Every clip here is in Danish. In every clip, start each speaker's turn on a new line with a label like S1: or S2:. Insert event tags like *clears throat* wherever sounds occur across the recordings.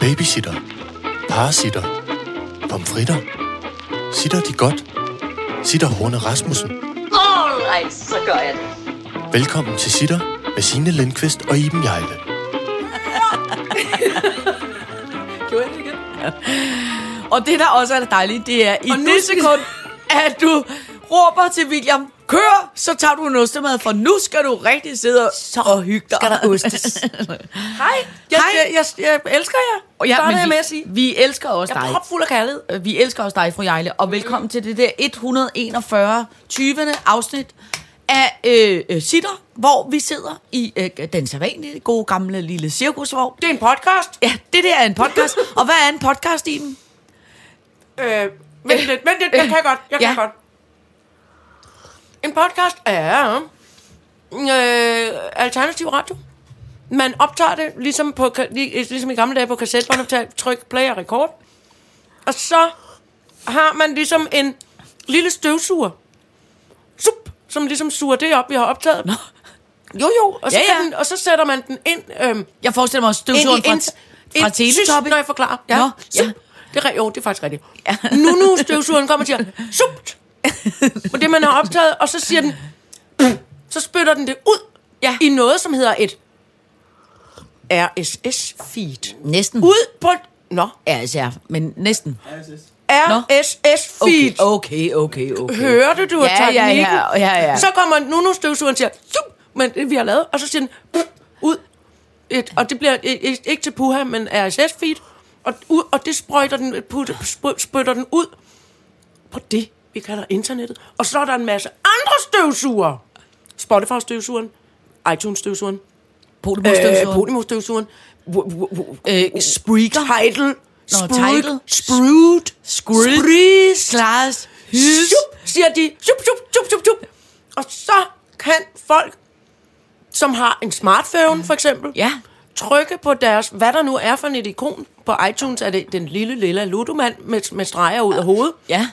S1: Babysitter. Parasitter. Pomfritter. Sitter de godt? Sitter Horne Rasmussen.
S2: Alright, så gør jeg det.
S1: Velkommen til Sitter med Signe Lindqvist og Iben Jejle.
S3: Gjorde jeg det igen?
S4: Og det, der også er dejligt, det er i
S3: Og nu
S4: det
S3: skal-
S4: sekund, at du råber til William, kør, så tager du en ostemad, for nu skal du rigtig sidde og, så og hygge dig.
S3: Skal der
S4: *laughs*
S3: ostes? Hej, jeg,
S4: Hej.
S3: Jeg, jeg, jeg elsker jer.
S4: Og
S3: Starter jeg
S4: vi,
S3: med at sige.
S4: Vi elsker også
S3: Jeg er
S4: dig.
S3: propfuld af kærlighed.
S4: Øh, Vi elsker også dig, fru Jejle,
S3: Mm.
S4: og velkommen til det der 141. 20. afsnit af øh, øh, Sitter, hvor vi sidder i øh, den sædvanlige gode gamle lille cirkusvogn.
S3: Det er en podcast.
S4: Ja, det der er en podcast. og hvad er en podcast, Iben?
S3: Øh, vent lidt, vent lidt. Jeg kan godt, jeg kan
S4: Ja.
S3: godt. En podcast er øh, alternativ radio. Man optager det, ligesom, på, ka- lig- ligesom i gamle dage på kassettebåndoptag, tryk play og record. Og så har man ligesom en lille støvsuger. Sup, som ligesom suger det op, vi har optaget. Nå. Jo, jo, og så,
S4: Ja,
S3: ja,
S4: ja.
S3: ja. Den, og så sætter man den ind... Øhm,
S4: Jeg forestiller mig også støvsugeren fra,
S3: ind-
S4: fra
S3: ind- sys,
S4: Teletopic.
S3: Når jeg forklarer. Ja.
S4: Nå,
S3: Sup.
S4: ja.
S3: Det er, re- jo, det er faktisk rigtigt. Ja. *laughs* Nu, nu, støvsugeren kommer og siger, supt! Og det, man har optaget, og så siger den, *clears throat* så spytter den det ud
S4: Ja.
S3: i noget, som hedder et RSS-feed.
S4: Næsten.
S3: Ud på... Nå,
S4: RSR, altså, men næsten.
S3: RSS-feed.
S4: Okay, okay, okay. okay.
S3: Hørte du
S4: Ja, ja,
S3: teknikken?
S4: ja, ja, ja.
S3: Så kommer Nuno støvsugeren og siger, sup, men det vi har lavet, og så siger den, "Puh," ud. Et, og det bliver et, et, ikke til puha, men RSS feed. Og, ud, og det sprøjter den, put, spø, spytter den ud på det, vi kalder internettet. Og så er der en masse andre støvsuger. Spotify-støvsugeren, iTunes-støvsugeren, øh,
S4: Polymorstøvsugeren.
S3: Podimo-støvsugeren,
S4: Øh, Spreaker.
S3: Title,
S4: Tidal.
S3: Sprude, Sprude,
S4: Screwed.
S3: Sprude,
S4: Klares. Hys.
S3: Shup, siger de. Shup, shup, shup, shup, shup. Og så kan folk, som har en smartphone for eksempel,
S4: Ja.
S3: trykke på deres, hvad der nu er for et ikon. På iTunes er det den lille, lille ludomand med, med streger ud af hovedet.
S4: Ja.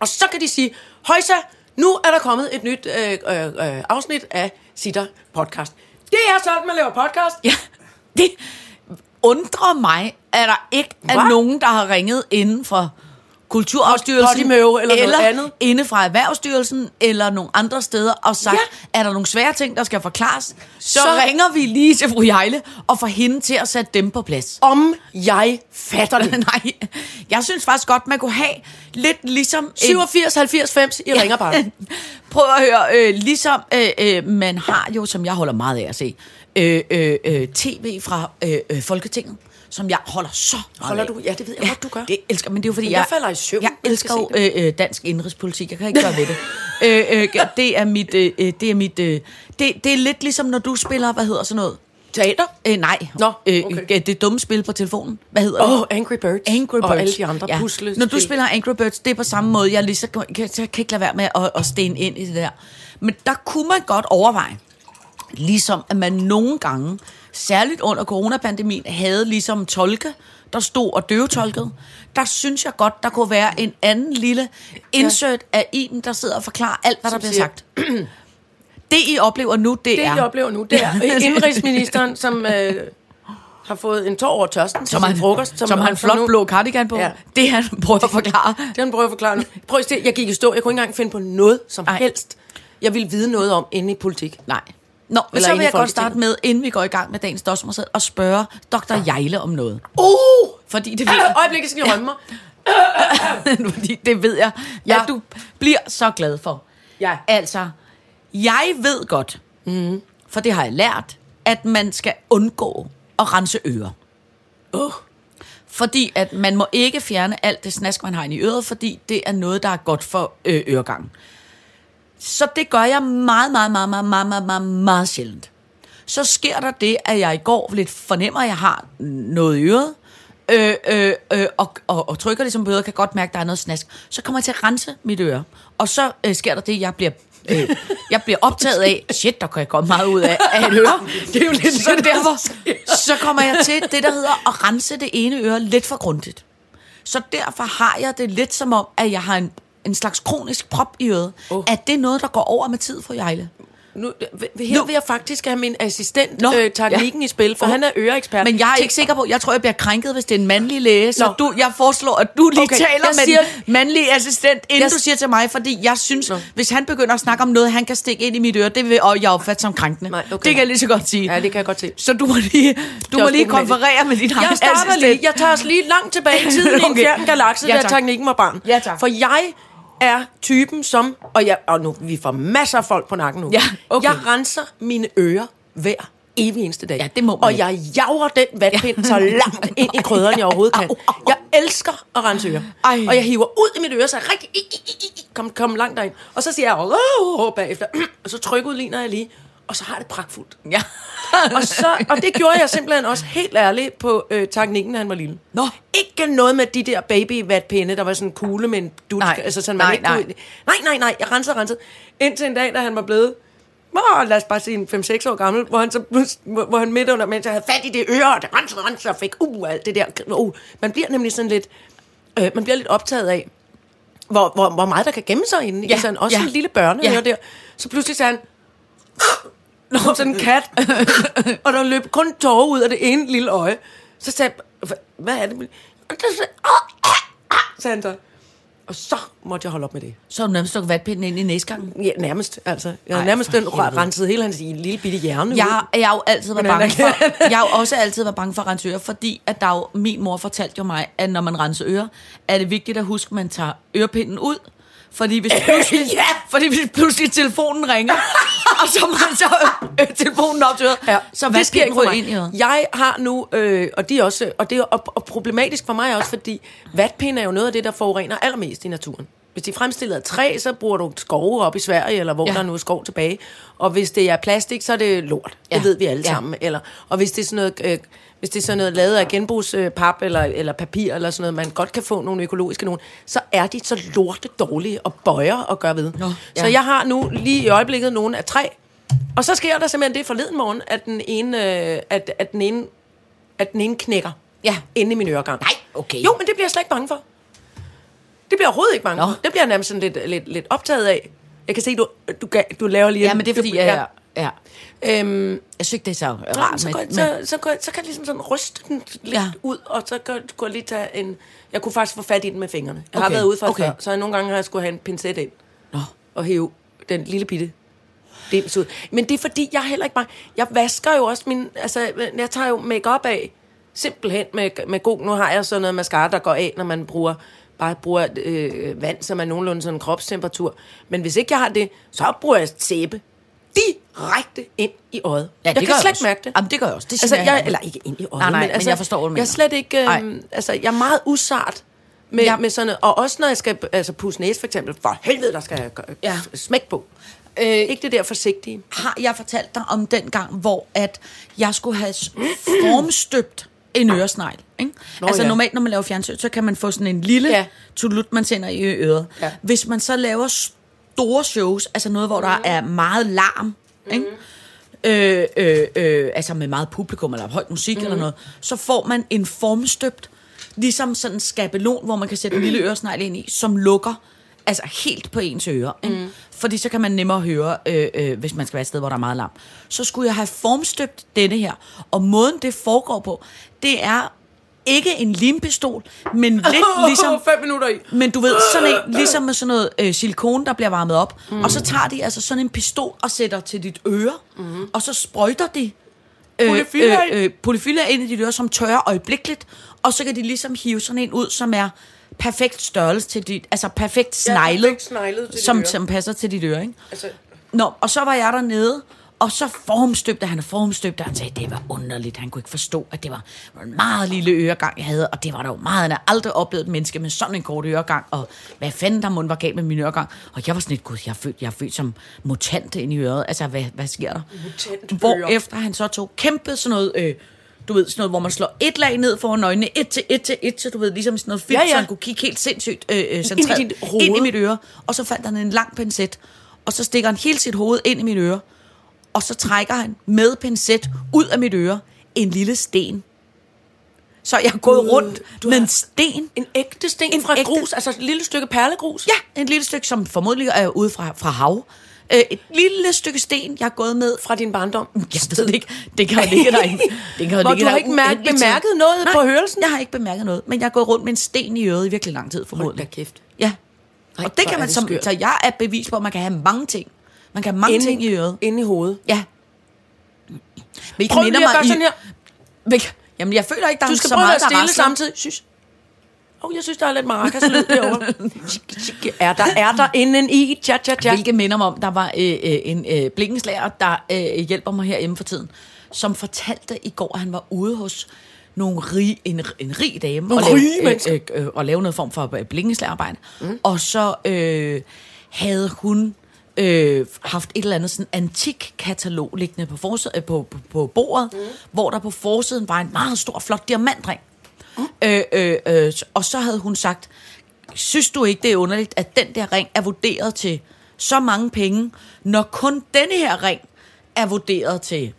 S3: Og så kan de sige, højsa, nu er der kommet et nyt øh, øh, øh, afsnit af Sitter Podcast. Det er sådan, man laver podcast.
S4: Ja, det undrer mig, at der ikke er
S3: Hva?
S4: nogen, der har ringet inden for Kulturarvsstyrelsen,
S3: Pottimøve eller noget andet.
S4: inde fra Erhvervsstyrelsen, eller nogle andre steder, og sagt,
S3: Ja.
S4: er der nogle svære ting, der skal forklares, så, så
S3: Så-
S4: ringer vi lige til fru Jejle og får hende til at sætte dem på plads.
S3: Om jeg fatter
S4: *laughs*
S3: det.
S4: Nej, jeg synes faktisk godt, man kunne have lidt ligesom... en-
S3: 87, 90, 50, I ringer bare.
S4: *laughs* Prøv at høre, øh, ligesom øh, øh, man har jo, som jeg holder meget af at se, øh, øh, øh, tv fra øh, øh, Folketinget, som jeg holder så meget
S3: Holder
S4: af.
S3: du? Ja, det ved jeg godt, du gør.
S4: Det elsker, men det er jo fordi,
S3: Men jeg falder i søvn,
S4: Jeg
S3: når jeg
S4: elsker
S3: skal
S4: jo øh, øh, dansk indrigspolitik, jeg kan ikke gøre
S3: *laughs*
S4: ved det. øh, øh, det er mit, øh, øh, det er mit, øh, det, det er lidt ligesom, når du spiller, hvad hedder sådan noget?
S3: Teater?
S4: Øh, nej,
S3: Nå,
S4: Øh,
S3: okay.
S4: øh, det dumme spil på telefonen, hvad hedder det?
S3: Åh, oh, Angry Birds.
S4: Angry Birds.
S3: Og alle de andre ja. pusle.
S4: Når du spiller Angry Birds, det er på samme måde. Jeg, er lige, så, kan, kan, så kan jeg ikke lade være med at, at stene ind i det der. Men der kunne man godt overveje, ligesom at man nogle gange, særligt under coronapandemien, havde ligesom tolke, der stod og døvetolkede. Der synes jeg godt, der kunne være en anden lille insert af Iben, der sidder og forklarer alt, hvad der
S3: Som
S4: bliver
S3: siger-
S4: sagt. *clears throat* Det, I oplever nu, det,
S3: Det,
S4: er...
S3: jeg oplever nu,
S4: *laughs*
S3: det er indrigsministeren, som øh, har fået en tår over tørsten til
S4: som har
S3: sin
S4: en,
S3: frokost.
S4: som har en flot
S3: nu-
S4: blå cardigan på.
S3: Ja.
S4: Det han prøver at forklare.
S3: Det han prøver jeg at forklare nu. Prøv at se, jeg gik i stå. Jeg kunne ikke engang finde på noget som
S4: Ej.
S3: Ej. helst. Jeg ville vide noget om inde i politik.
S4: Nej. Nå, men
S3: Eller
S4: så vil
S3: inde i
S4: jeg godt
S3: Folketinget.
S4: starte med, inden vi går i gang med dagens dosmersæt, og spørge Dr. Jejle om noget.
S3: Uh!
S4: Fordi det ved
S3: Øh,
S4: jeg,
S3: Øjeblikket skal jeg rømme mig.
S4: *laughs* fordi det ved jeg ja.
S3: Ja.
S4: at du bliver så glad for.
S3: Ja. Mm-hmm.
S4: Altså, jeg ved godt, mm. for det har jeg lært, at man skal undgå at rense ører.
S3: Uh.
S4: Fordi at man må ikke fjerne alt det snask, man har inde i øret, fordi det er noget, der er godt for øh, øregangen. Så det gør jeg meget, meget, meget, meget, meget, meget, meget, meget sjældent. Så sker der det, at jeg i går lidt fornemmer, at jeg har noget i øret, øh, øh, øh, og, og, og trykker ligesom på øret, kan godt mærke, at der er noget snask. Så kommer jeg til at rense mit øre, og så øh, sker der det, at jeg bliver... Øh, jeg bliver optaget *laughs* af, shit, der kan jeg godt meget ud af, af et øre. *laughs* Det er jo lidt så derfor, så kommer jeg til det, der hedder at rense det ene øre lidt for grundigt. Så derfor har jeg det lidt som om, at jeg har en, en slags kronisk prop i øret. Oh.
S3: Åh.
S4: At det er noget, der går over med tid, fru Jejle.
S3: Nu, øh, her
S4: Nu-
S3: vil jeg faktisk have min assistent
S4: Nå,
S3: øh, teknikken
S4: ja.
S3: ja. i spil, for
S4: Åh.
S3: han er øreekspert.
S4: Men jeg er
S3: Til-
S4: ikke sikker på, jeg tror, jeg bliver krænket, hvis det er en mandlig læge. Så
S3: Nå.
S4: du, jeg foreslår, at du lige
S3: Okay,
S4: okay, taler
S3: jeg
S4: med
S3: siger-
S4: siger, den mandlige assistent, inden
S3: Jeg-
S4: jeg, du siger til mig, fordi jeg synes, hvis han begynder at snakke om noget, han kan stikke ind i mit øre, det vil og jeg opfatte som krænkende.
S3: Nej, okay.
S4: Det kan jeg lige så godt sige.
S3: Ja, det kan jeg godt se.
S4: Så du må lige, du må
S3: også
S4: lige
S3: problematisk.
S4: konferere med din
S3: Jeg
S4: egen
S3: starter
S4: assistent.
S3: lige. Jeg tager os lige langt tilbage
S4: *laughs*
S3: i tiden i en
S4: Okay.
S3: fjern galakse,
S4: Ja,
S3: ja, da
S4: tak.
S3: teknikken var barn.
S4: Ja, tak.
S3: For jeg er typen som... Og, jeg, og nu, vi får masser af folk på nakken nu.
S4: Ja, okay.
S3: Jeg renser mine ører hver evig eneste dag.
S4: Ja, det må man
S3: Og
S4: ikke.
S3: jeg jager den vatpind så langt ind i krydderen, jeg overhovedet kan.
S4: *laughs* Au, au, au.
S3: Jeg elsker at rense ører.
S4: Ej.
S3: Og jeg hiver ud i mit øre, så jeg rigtig... i, i, i, i, Kom, kom langt derind. Og så siger jeg... Åh, åh, bagefter. *clears throat* Og så trykudligner jeg lige. Og så har jeg det pragtfuldt
S4: Ja.
S3: og, så, og det gjorde jeg simpelthen også helt ærligt på øh, teknikken, da han var lille.
S4: Nå.
S3: Ikke noget med de der babyvatpinde, der var sådan kugle med en dut.
S4: Nej,
S3: altså sådan, man
S4: nej,
S3: ikke kunne-
S4: nej.
S3: nej, nej, nej, jeg rensede og rensede. Indtil en dag, da han var blevet Åh, lad os bare sige en 5-6 år gammel, hvor han, så, plus- hvor hvor han midt under, mens jeg havde fat i det øre, og det rensede, rensede, og fik, uh, alt det der. Uh, man bliver nemlig sådan lidt, øh, man bliver lidt optaget af, hvor, hvor, hvor meget der kan gemme sig inde. Ja,
S4: Ja,
S3: altså, også
S4: ja.
S3: en lille børne
S4: Ja.
S3: ja. der. Så pludselig sagde han, Nå, sådan en kat. *laughs* og der løb kun tårer ud af det ene lille øje. Så sagde jeg, "Hva- hvad er det? Og så sagde, "Åh, ah, ah," sagde han så. Og så måtte jeg holde op med det.
S4: Så har du nærmest stukket vatpinden ind i næsgangen.
S3: Ja, nærmest, altså. Jeg havde
S4: Ej,
S3: nærmest
S4: for
S3: den
S4: helvede.
S3: renset hele hans lille bitte hjerne
S4: Jeg,
S3: ud.
S4: jeg har jo altid været
S3: Men han
S4: bange
S3: er-
S4: for, jeg har jo også altid været bange for at rense ører, fordi at der er jo, min mor fortalte jo mig, at når man renser ører, er det vigtigt at huske, at man tager ørepinden ud, fordi
S3: *laughs*
S4: hvis pludselig,
S3: Ja!
S4: fordi hvis pludselig telefonen
S3: *laughs*
S4: ringer, og så man så øh, telefonen op til øret, ja, så
S3: det sker
S4: vatpinden
S3: ikke for
S4: ryger
S3: mig.
S4: ind i øret.
S3: Jeg har nu, øh, og, de også, og det er og, og problematisk for mig også, fordi vatpind er jo noget af det, der forurener allermest i naturen. Hvis de er fremstillet af træ, så bruger du skove op i Sverige, eller hvor ja.
S4: Ja.
S3: der nu er skov tilbage. Og hvis det er plastik, så er det lort. Det
S4: Ja.
S3: ved vi alle
S4: Ja.
S3: sammen. Eller, og hvis det er sådan noget... Øh, hvis det er sådan noget lavet af genbrugspap eller, eller papir eller sådan noget, man godt kan få nogle økologiske nogen, så er de så lorte dårlige og bøjer og gør ved.
S4: Nå,
S3: ja.
S4: ja.
S3: Så jeg har nu lige i øjeblikket nogen af tre. Og så sker der simpelthen det forleden morgen, at den ene, øh, at, at den ene, at den ene knækker
S4: Ja.
S3: inde i min øregang.
S4: Nej, okay.
S3: Jo, men det bliver jeg slet ikke bange for. Det bliver jeg overhovedet ikke bange
S4: Nå.
S3: for. Det bliver jeg nærmest sådan lidt, lidt, lidt optaget af. Jeg kan se, du, du, ga- du laver lige...
S4: Ja, men det er fordi, jeg, ja. ja.
S3: ja. Øhm,
S4: jeg synes ikke, det er så rart.
S3: så, så,
S4: men-
S3: går, jeg-
S4: men-
S3: så, så, går, jeg- så kan jeg ligesom sådan ryste den lidt ja.
S4: Ja.
S3: ud, og så går, kunne jeg lige tage en... Jeg kunne faktisk få fat i den med fingrene. Jeg okay. har
S4: Okay,
S3: været ude for okay.
S4: okay.
S3: før, så jeg nogle gange har jeg skulle have en pincet ind
S4: Nå.
S3: og hæve den lille bitte dims ud. Men det er fordi, jeg er heller ikke bare... Jeg vasker jo også min... Altså, jeg tager jo makeup af. Simpelthen med, med god... Nu har jeg sådan noget mascara, der går af, når man bruger bare bruger øh, vand, som er nogenlunde sådan kropstemperatur. Men hvis ikke jeg har det, så bruger jeg sæbe direkte ind i øjet.
S4: Ja, det
S3: jeg
S4: gør
S3: kan slet ikke
S4: også.
S3: mærke det.
S4: Jamen, det gør jeg også. Det
S3: altså,
S4: generer
S3: jeg,
S4: mig.
S3: eller ikke ind i øjet,
S4: Nej, nej, men
S3: altså,
S4: jeg forstår, hvad du
S3: Jeg er
S4: mener.
S3: slet ikke...
S4: Nej.
S3: Øh, altså, jeg er meget usart med,
S4: Ja.
S3: med sådan noget. Og også når jeg skal altså, pusse næse, for eksempel. For helvede, der skal jeg gøre-
S4: Ja.
S3: smæk på. Øh, ikke det der forsigtige.
S4: har jeg fortalt dig om den gang, hvor at jeg skulle have s- formstøbt en øresnegl. Ikke?
S3: Nå,
S4: altså
S3: ja.
S4: normalt, når man laver fjernsyn, så kan man få sådan en lille
S3: Ja.
S4: ja. tulut, man sender i øret.
S3: Ja.
S4: Ja. Hvis man så laver store shows, altså noget, hvor der er meget larm, ikke? Øh, øh, øh, altså med meget publikum eller højt musik mm. eller noget, så får man en formstøbt, ligesom sådan en skabelon, hvor man kan sætte en lille øresnegl ind i, som lukker altså helt på ens øre. Ikke? Mm. Fordi så kan man nemmere høre, øh, øh, hvis man skal være et sted, hvor der er meget larm. Så skulle jeg have formstøbt denne her, og måden det foregår på, det er ikke en limpistol, men lidt
S3: *laughs*
S4: ligesom
S3: fem minutter i.
S4: men du ved, sådan en, ligesom med sådan noget øh, silikone, der bliver varmet op, mm. og så tager de altså sådan en pistol og sætter til dit øre, mm.
S3: Mm-hmm.
S4: og så sprøjter de øh,
S3: Polyfyller ind.
S4: øh, polyfyller ind i dit øre, som tørrer øjeblikkeligt, og så kan de ligesom hive sådan en ud, som er perfekt størrelse til dit, altså perfekt sneglet,
S3: perfekt sneglet til dit
S4: som,
S3: øre.
S4: som passer til dit øre, ikke?
S3: Altså,
S4: Nå, og så var jeg dernede, og så formstøbte han og formstøbte, og han sagde, det var underligt, han kunne ikke forstå, at det var en meget lille øregang, jeg havde, og det var der jo meget, han havde aldrig oplevet et menneske med sådan en kort øregang, og hvad fanden der mund var galt med min øregang, og jeg var sådan lidt, gud, jeg er født, jeg er født som mutant ind i øret, altså hvad, hvad sker der?
S3: Mutant øre.
S4: Hvor efter han så tog kæmpe sådan noget, øh, du ved, sådan noget, hvor man slår et lag ned foran øjnene, et til et til et til, du ved, ligesom sådan noget film,
S3: Ja,
S4: ja,
S3: ja.
S4: ja. så han kunne kigge helt sindssygt øh, øh, centreret
S3: dit hoved.
S4: ind i mit øre, og så fandt han en lang pincet, og så stikker han hele sit hoved ind i mit øre, og så trækker han med pincet ud af mit øre en lille sten. Så jeg er gået
S3: Gud,
S4: rundt
S3: du
S4: med
S3: har-
S4: en sten.
S3: en ægte sten
S4: En
S3: fra et
S4: ægte-
S3: grus, altså et lille stykke perlegrus.
S4: Ja, en lille stykke, som formodentlig er ude fra, fra hav. øh, et lille stykke sten, jeg har gået med fra
S3: fra din barndom.
S4: jeg ved det ikke. Det kan jo ligge
S3: *laughs*
S4: derinde. Det kan jo
S3: Hvor
S4: ligge
S3: du har
S4: der
S3: ikke mærket-
S4: uendelig tid.
S3: bemærket noget
S4: Nej,
S3: på hørelsen?
S4: jeg har ikke bemærket noget. Men jeg har gået rundt med en sten i øret i virkelig lang tid,
S5: Hold da
S4: formodentlig.
S5: kæft.
S4: Ja.
S5: Ej,
S4: og det
S5: hvor
S4: kan
S5: er
S4: man
S5: det
S4: som,
S5: skørt.
S4: så jeg er bevis på, at man kan have mange ting. Man kan have mange ting i øret.
S3: inde i hovedet.
S4: Ja. Hvilket
S3: Prøv lige at gøre
S4: i-
S3: sådan her.
S4: Hvilk, jamen, jeg føler ikke, der
S3: Du
S4: er
S3: skal
S4: så
S3: prøve at
S4: meget,
S3: være
S4: der
S3: stille samtidig. Synes. Oh, jeg synes, der er lidt
S4: *laughs*
S3: maracas-lyd derovre. er der, er der inden i? Tja, tja, tja.
S4: Ja. Hvilket minder mig om, der var øh, øh, en øh, blikkenslager, der øh, hjælper mig herhjemme for tiden, som fortalte i går, at han var ude hos nogle rig, en, en rig dame
S3: Nogle
S4: og,
S3: rige mennesker.
S4: øh, øh, øh, og lave noget form for øh, blikkenslagerarbejde. Mm. Og så øh, havde hun øh, haft et eller andet sådan antik katalog liggende på, forsiden, øh, på, på, på bordet, mm. hvor der på forsiden var en meget stor, flot diamantring. Øh, øh, øh, og så havde hun sagt, synes du ikke, det er underligt, at den der ring er vurderet til så mange penge, når kun denne her ring er vurderet til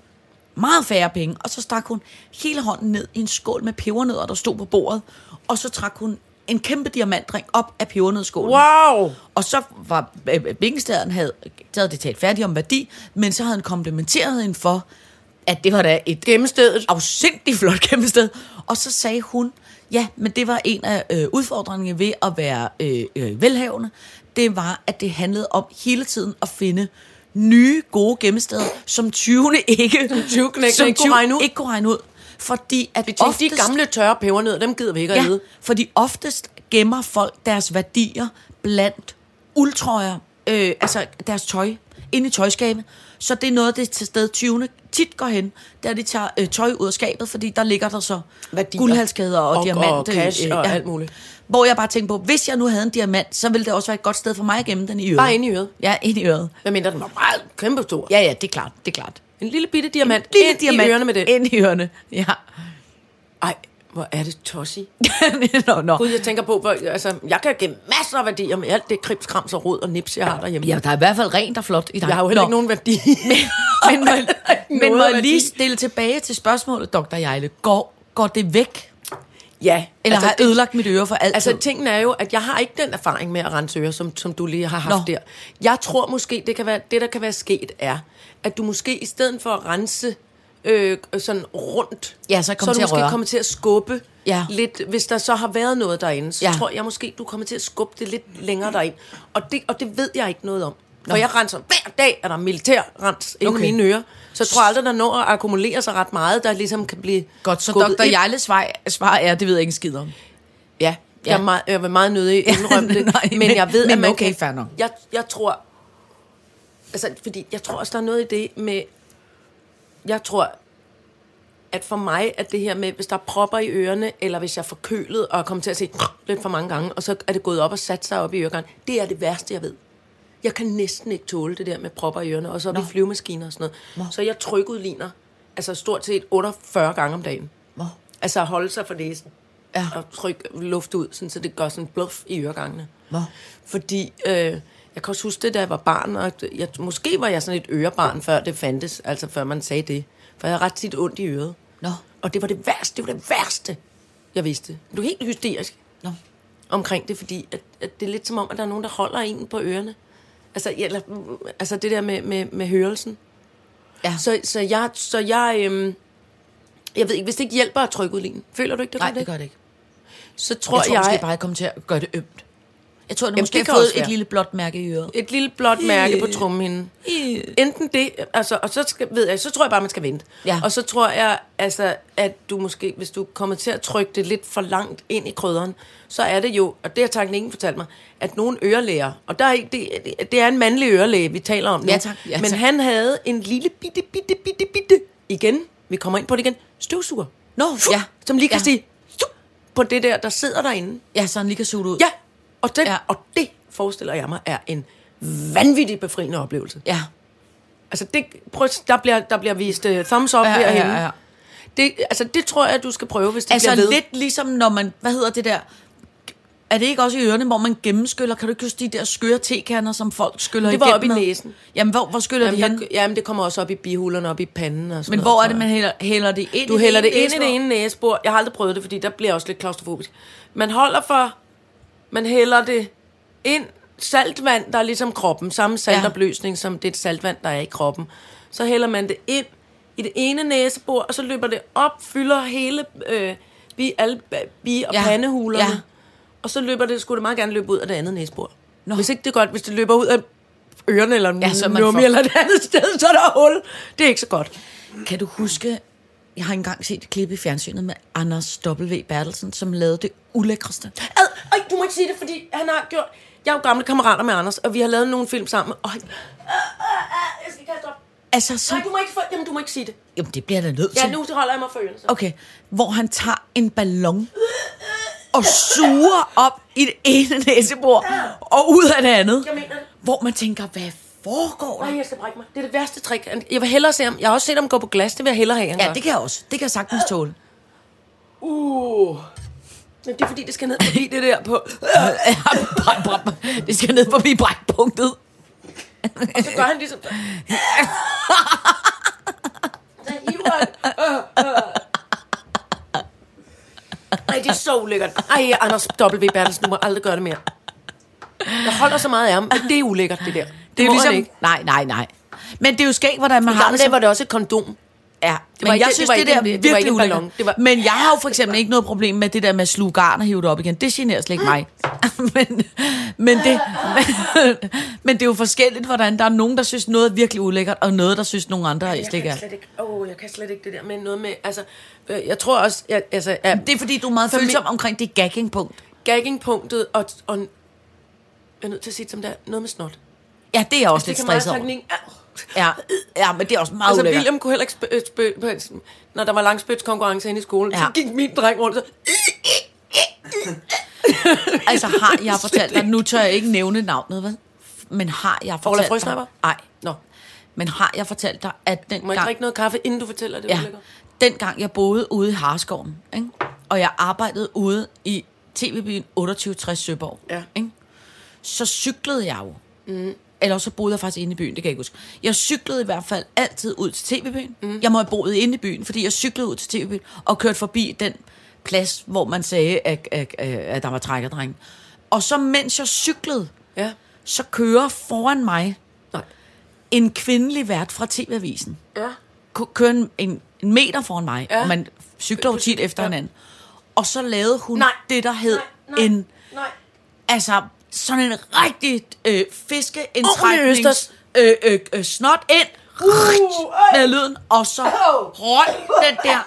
S4: meget færre penge? Og så stak hun hele hånden ned i en skål med pebernødder, der stod på bordet, og så trak hun en kæmpe diamantring op af pebernødskålen.
S3: Wow!
S4: Og så var Bingestaden havde taget det talt færdigt om værdi, men så havde han komplimenteret hende for, at det var da et
S3: Gennemstedet.
S4: afsindig flot *laughs* kæmpested. Og så sagde hun, ja, men det var en af øh, udfordringerne ved at være øh, øh, velhavende. Det var, at det handlede om hele tiden at finde nye gode gemmesteder, som tyvene ikke, som
S3: tyveknægtene ikke kunne
S4: tyve-
S3: regne ud.
S4: ikke kunne regne ud. Fordi at
S3: Tænk, de gamle tørre pebernødder, dem gider vi ikke at
S4: Ja,
S3: æde.
S4: fordi oftest gemmer folk deres værdier blandt uldtrøjer, øh, altså deres tøj, inde i tøjskabet. Så det er noget, det til sted 20. tit går hen, der de tager øh, tøj ud af skabet, fordi der ligger der så
S3: Værdier.
S4: guldhalskæder og,
S3: Og-
S4: diamant.
S3: og cash og alt muligt.
S4: Hvor jeg bare tænkte på, hvis jeg nu havde en diamant, så ville det også være et godt sted for mig at gemme den i øret.
S3: Bare inde i øret.
S4: Ja, inde i øret.
S3: Hvad mindre den var meget kæmpe stor.
S4: Ja, ja, det er klart, det er klart.
S3: En lille bitte diamant. En
S4: Lille
S3: lille ind diamant. i ørerne med den.
S4: Ind i ørerne, ja. *laughs*
S3: Ej, hvor er det tossi.
S4: nå, nå.
S3: Gud, jeg tænker på, hvor, altså, jeg kan gemme masser af værdier med alt det krimskrams og rod og nips, jeg har derhjemme.
S4: Ja, der er i hvert fald rent og flot i dig.
S3: Jeg har jo heller ikke nogen værdi. *laughs*
S4: men, må, men må
S3: Noget
S4: jeg lige
S3: værdi.
S4: stille tilbage til spørgsmålet, Dr. Jejle. Går, går det væk?
S3: ja,
S4: Eller altså, har jeg
S3: det-
S4: ødelagt mit øre for altid?
S3: Altså, tingen er jo, at jeg har ikke den erfaring med at rense ører, som, som du lige har haft
S4: Nå.
S3: Nå. der. Jeg tror måske, det, kan være, det der kan være sket, er, at du måske i stedet for at rense øh, sådan rundt,
S4: Ja, så er jeg kommet
S3: så er du
S4: til at
S3: måske
S4: røre.
S3: kommet til at skubbe
S4: Ja.
S3: lidt. Hvis der så har været noget derinde, så
S4: Ja.
S3: ja. tror jeg måske, du kommer til at skubbe det lidt længere derind. Og det, og det ved jeg ikke noget om. For jeg renser hver dag, er der militærrens inden
S4: Okay.
S3: okay. mine ører. Så jeg tror aldrig, der når at akkumulere sig ret meget, der ligesom kan blive
S4: Godt, så
S3: skubbet
S4: Dr.
S3: ind.
S4: Jejles vej, svar er, det ved jeg ikke en skid om.
S3: Ja, jeg, er meget, jeg vil meget
S4: *laughs*
S3: nødig indrømme det,
S4: Nej,
S3: men,
S4: men-
S3: men jeg ved,
S4: men
S3: at man
S4: okay,
S3: kan...
S4: fair nok.
S3: Jeg, jeg tror... Altså, fordi jeg tror også, der er noget i det med... Jeg tror, at for mig at det her med, hvis der er propper i ørerne, eller hvis jeg er forkølet og kommer til at se lidt for mange gange, og så er det gået op og sat sig op i øregangen, det er det værste, jeg ved. Jeg kan næsten ikke tåle det der med propper i ørerne, og så op i flyvemaskiner og sådan noget. Så jeg trykudligner altså stort set 48 gange om dagen.
S4: Nå.
S3: Altså at holde sig for næsen.
S4: Ja.
S3: Og trykke luft ud, sådan, så det gør sådan bluff i øregangene.
S4: Nå.
S3: Fordi øh, jeg kan også huske det, da jeg var barn, og jeg, måske var jeg sådan et ørebarn, før det fandtes, altså før man sagde det. For jeg havde ret tit ondt i øret.
S4: Nå.
S3: Og det var det værste, det var det værste, jeg vidste. Du er helt hysterisk
S4: Nå.
S3: omkring det, fordi at, at det er lidt som om, at der er nogen, der holder en på ørerne. Altså, eller, mm, altså det der med, med, med hørelsen.
S4: Ja.
S3: Så, så jeg, så jeg, øhm, jeg ved ikke, hvis det ikke hjælper at trykke udlignen, føler du ikke, det
S4: Nej, det gør det ikke.
S3: Så tror
S4: Jeg
S3: jeg,
S4: tror måske bare, jeg kommer til at gøre det ømt. Jeg tror, det
S3: Jamen,
S4: måske
S3: det
S4: har
S3: kan
S4: fået
S3: også
S4: et
S3: være.
S4: lille blåt mærke i øret.
S3: et lille blåt mærke på trumhinden. Enten det, altså, og så skal, ved jeg, så tror jeg bare, man skal vente.
S4: Ja.
S3: Og så tror jeg, altså, at du måske, hvis du kommer til at trykke det lidt for langt ind i krydderen, så er det jo, og det har tanken ingen fortalt mig, at nogle ørelæger, og der er, ikke- det, det, det er en mandlig ørelæge, vi taler om nu,
S4: Ja, tak. Ja,
S3: men
S4: tak.
S3: han havde en lille bitte, bitte, bitte, bitte, igen, vi kommer ind på det igen, støvsuger.
S4: Nå, ja.
S3: Som lige kan
S4: Ja.
S3: ja. sige, "Stup", på det der, der sidder derinde.
S4: Ja, så han lige kan suge det ud.
S3: Ja, og det,
S4: Ja.
S3: ja. og det forestiller jeg mig er en vanvittig befriende oplevelse.
S4: Ja.
S3: Altså, det, prøv, at- der, bliver, der bliver vist uh, thumbs up
S4: Ja, ja,
S3: herhenne.
S4: ja, ja.
S3: Det, altså, det tror jeg, du skal prøve, hvis det
S4: Altså
S3: bliver ved.
S4: lidt ligesom, når man, hvad hedder det der, er det ikke også i ørerne, hvor man gennemskyller? Kan du ikke huske de der skøre tekanner, som folk skyller
S3: Det var
S4: igennem
S3: op i
S4: med?
S3: næsen.
S4: Jamen, hvor, hvor skyller
S3: jamen,
S4: de hen?
S3: der, jamen, det kommer også op i bihulerne, op i panden og sådan
S4: Men
S3: noget,
S4: hvor er
S3: tror
S4: det, man hælder, hælder det ind
S3: jeg. Du hælder det ind i
S4: næsebor?
S3: det ene næsebor. Jeg har aldrig prøvet det, fordi der bliver jeg også lidt klaustrofobisk. Man holder for... Man hælder det ind saltvand, der er ligesom kroppen, samme saltopløsning,
S4: Ja.
S3: som det saltvand, der er i kroppen. Så hælder man det ind i det ene næsebor, og så løber det op, fylder hele øh, bi, alle ba- bi- og ja.
S4: Ja.
S3: pandehulerne. Ja.
S4: Ja.
S3: Og så løber det, skulle det meget gerne løbe ud af det andet næsebor. Nå.
S4: Nå.
S3: Hvis ikke det er godt, hvis det løber ud af ørerne eller ja,
S4: Ja, så er man
S3: nummi
S4: for-
S3: eller et andet sted, så er der hul. Det er ikke så godt.
S4: Kan du huske, jeg har engang set et klip i fjernsynet med Anders W. Bertelsen, som lavede det ulækreste.
S3: Ad, ej, du må ikke sige det, fordi han har gjort... Jeg er jo gamle kammerater med Anders, og vi har lavet nogle film sammen. Og... Øh, øh, øh, jeg skal kaste op.
S4: Altså, så...
S3: Nej, du må ikke, for... Jamen, du må ikke sige det.
S4: Jamen, det bliver jeg da nødt til.
S3: Ja, nu holder jeg mig for ørerne. så.
S4: Okay, hvor han tager en ballon og suger op i det ene næsebord og ud af det andet.
S3: Jeg mener det.
S4: Hvor man tænker, hvad foregår der?
S3: Nej, jeg skal brække mig. Det er det værste trick. Jeg vil hellere se ham. Jeg har også set ham gå på glas. Det vil jeg hellere have, han
S4: Ja,
S3: gør.
S4: det kan jeg også. Det kan jeg sagtens tåle.
S3: Uh. Men det er fordi, det skal ned forbi det der på...
S4: Ja, bram, bram. Det skal ned forbi brækpunktet.
S3: Og så gør han *laughs* ligesom... Så hiver han. Øh, øh. Ej, det er så ulækkert. Ej, Anders W. Bertelsen, du må aldrig gøre det mere. Jeg holder så meget af ham, men det er ulækkert, det der. Det,
S4: Det er jo
S3: må
S4: ligesom...
S3: han ikke.
S4: Nej, nej, nej. Men det er jo skægt, hvordan man
S3: I
S4: har
S3: gamle
S4: det.
S3: dage
S4: som-
S3: var det også et kondom.
S4: Ja,
S3: var
S4: men
S3: ikke-
S4: jeg
S3: det
S4: synes,
S3: var
S4: det
S3: ikke
S4: der
S3: en- det
S4: er
S3: var ikke
S4: virkelig
S3: en ballon.
S4: ulækkert.
S3: Det var-
S4: Men jeg har jo for eksempel ikke noget problem med det der med at sluge garn og hive det op igen. Det generer slet ikke mig. *laughs* men, men, det, *laughs* men, men det er jo forskelligt, hvordan der er nogen, der synes noget er virkelig ulækkert, og noget, der synes nogen andre er
S3: Jeg
S4: slet ikke
S3: kan
S4: er.
S3: slet ikke, åh, jeg kan slet ikke det der med noget med, altså, øh, jeg tror også, jeg, altså, ja,
S4: Det er fordi, du er meget
S3: For min-
S4: følsom omkring det gaggingpunkt.
S3: gaggingpunktet og, og, jeg er nødt til at sige det som der, noget med snot.
S4: Ja, det er jeg også lidt
S3: Altså, kan meget
S4: stresset over.
S3: tanken- Ah.
S4: Ja, ja, men det er også meget
S3: Altså,
S4: ulækkert.
S3: William kunne heller ikke spø- spø- spø- når der var langspytskonkurrence inde i skolen, ja. så
S4: Ja.
S3: gik min dreng rundt og så,
S4: Altså, har jeg
S3: *laughs*
S4: fortalt dig, nu tør jeg ikke nævne navnet, vel? Men har jeg
S3: Orla
S4: fortalt
S3: Frøsnapper?
S4: dig... Nej,
S3: Nå,
S4: men har jeg fortalt dig, at den
S3: må jeg
S4: gang...
S3: drikke noget kaffe, inden du fortæller det?
S4: Ja.
S3: ulækkert?
S4: Dengang jeg boede ude i Harskoven, ikke? og jeg arbejdede ude i TV-byen 2860 Søborg,
S3: Ja.
S4: ikke? så cyklede jeg jo. Mm. Eller også så boede jeg faktisk inde i byen, det kan jeg ikke huske. Jeg cyklede i hvert fald altid ud til TV-byen. Mm. Jeg må have boet inde i byen, fordi jeg cyklede ud til TV-byen og kørte forbi den plads, hvor man sagde, at, at, at, at der var trækkerdrenge. Og så mens jeg cyklede,
S3: Ja.
S4: så kører foran mig
S3: Nej.
S4: en kvindelig vært fra TV-avisen
S3: Ja.
S4: ku- køre en, en, en meter foran mig,
S3: Ja.
S4: ja. og man cykler jo tit efter
S3: Ja.
S4: hinanden. Og så lavede hun
S3: Nej.
S4: nej, det, der hed
S3: Nej, nej,
S4: en,
S3: nej.
S4: altså sådan en rigtig øh,
S3: Ordentlig østers.
S4: fiskeindtræknings øh, øh, øh, snot ind,
S3: Uh, ej.
S4: med lyden, og så røg den der,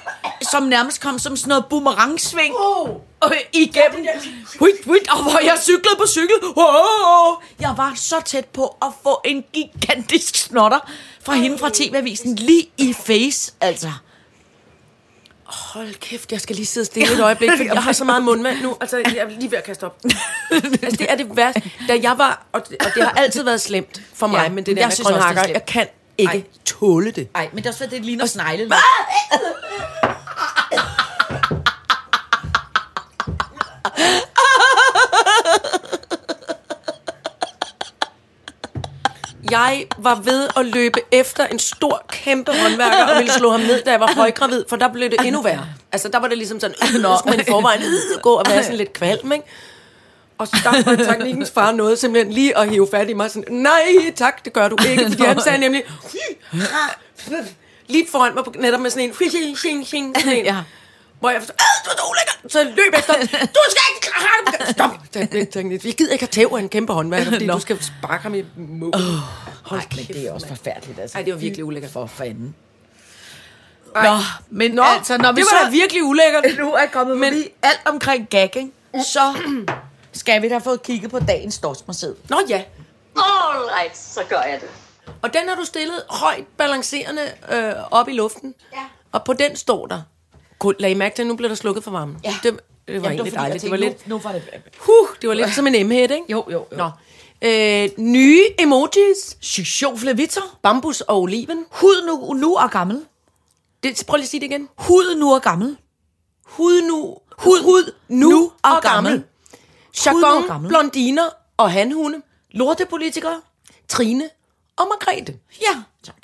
S4: som nærmest kom som sådan noget boomerang-sving
S3: Uh.
S4: øh, igennem. Huit, huit, og hvor jeg cyklede på cykel. Oh, jeg var så tæt på at få en gigantisk snotter fra hende fra TV-avisen lige i face, altså. *laughs*
S3: Hold kæft, jeg skal lige sidde stille et øjeblik, *laughs* fordi jeg har så meget mundvand nu. Altså, jeg er lige ved at kaste *laughs* op. altså, det er det værste. Da jeg var, og det, og det har altid været slemt for mig, ja,
S4: Ja,
S3: men det
S4: jeg
S3: der med
S4: synes også, det er
S3: grønhakker,
S4: slemt.
S3: jeg kan ikke
S4: Ej.
S3: tåle det.
S4: Nej, men det er også fordi, det ligner snegle.
S3: Jeg var ved at løbe efter en stor, kæmpe håndværker og ville slå ham ned, da jeg var højgravid, for der blev det endnu værre. Altså, der var det ligesom sådan, øh, nu skulle man i forvejen øh, gå og være sådan lidt kvalm, ikke? Og så der var teknikkens far noget simpelthen lige at hive fat i mig sådan, nej tak, det gør du ikke, fordi han sagde nemlig, ah." lige foran mig på, netop med sådan en, shing, shing, shing, sådan en.
S4: Ja.
S3: Hvor jeg forstod, "Øh, du er så ulækker! Så jeg løb efter, du skal ikke krakke Stop! Tænkte Jeg tænkte, jeg gider ikke have tæv af en kæmpe håndværker, fordi
S4: Nå.
S3: du skal sparke ham i mål. Hold
S4: Nej, men det er også
S3: mand.
S4: forfærdeligt, altså.
S3: Ej, det var virkelig ulækkert.
S4: For fanden.
S3: Ej.
S4: Nå, men Nå, altså, når vi
S3: det
S4: så
S3: var da virkelig ulækkert.
S4: nu er kommet men forbi alt omkring gagging, så skal vi da få kigget på dagens Dorsmerced.
S3: Nå ja,
S2: All right, så gør jeg det.
S3: og den har du stillet højt balancerende øh, op i luften.
S2: Ja.
S3: Og på den står der, kun lag I mærke til, at nu bliver der slukket for varmen.
S4: Ja.
S3: Det, det var Jamen, egentlig dejligt. Det var lidt,
S4: Nu, nu var det...
S3: huh, det var lidt som en M-hætte, ikke?
S4: Jo, jo, jo.
S3: Nå. Øh, nye emojis.
S4: Sjov flevitter.
S3: Bambus og oliven.
S4: Hud nu, nu er gammel.
S3: Det, prøv lige at sige det igen.
S4: Hud nu er gammel.
S3: Hud nu. Hud, hud nu, nu og, og gammel. gammel.
S4: Jargon,
S3: Jargon,
S4: blond.
S3: blondiner og hanhunde.
S4: Lortepolitikere.
S3: Trine og Margrethe.
S4: Ja, tak.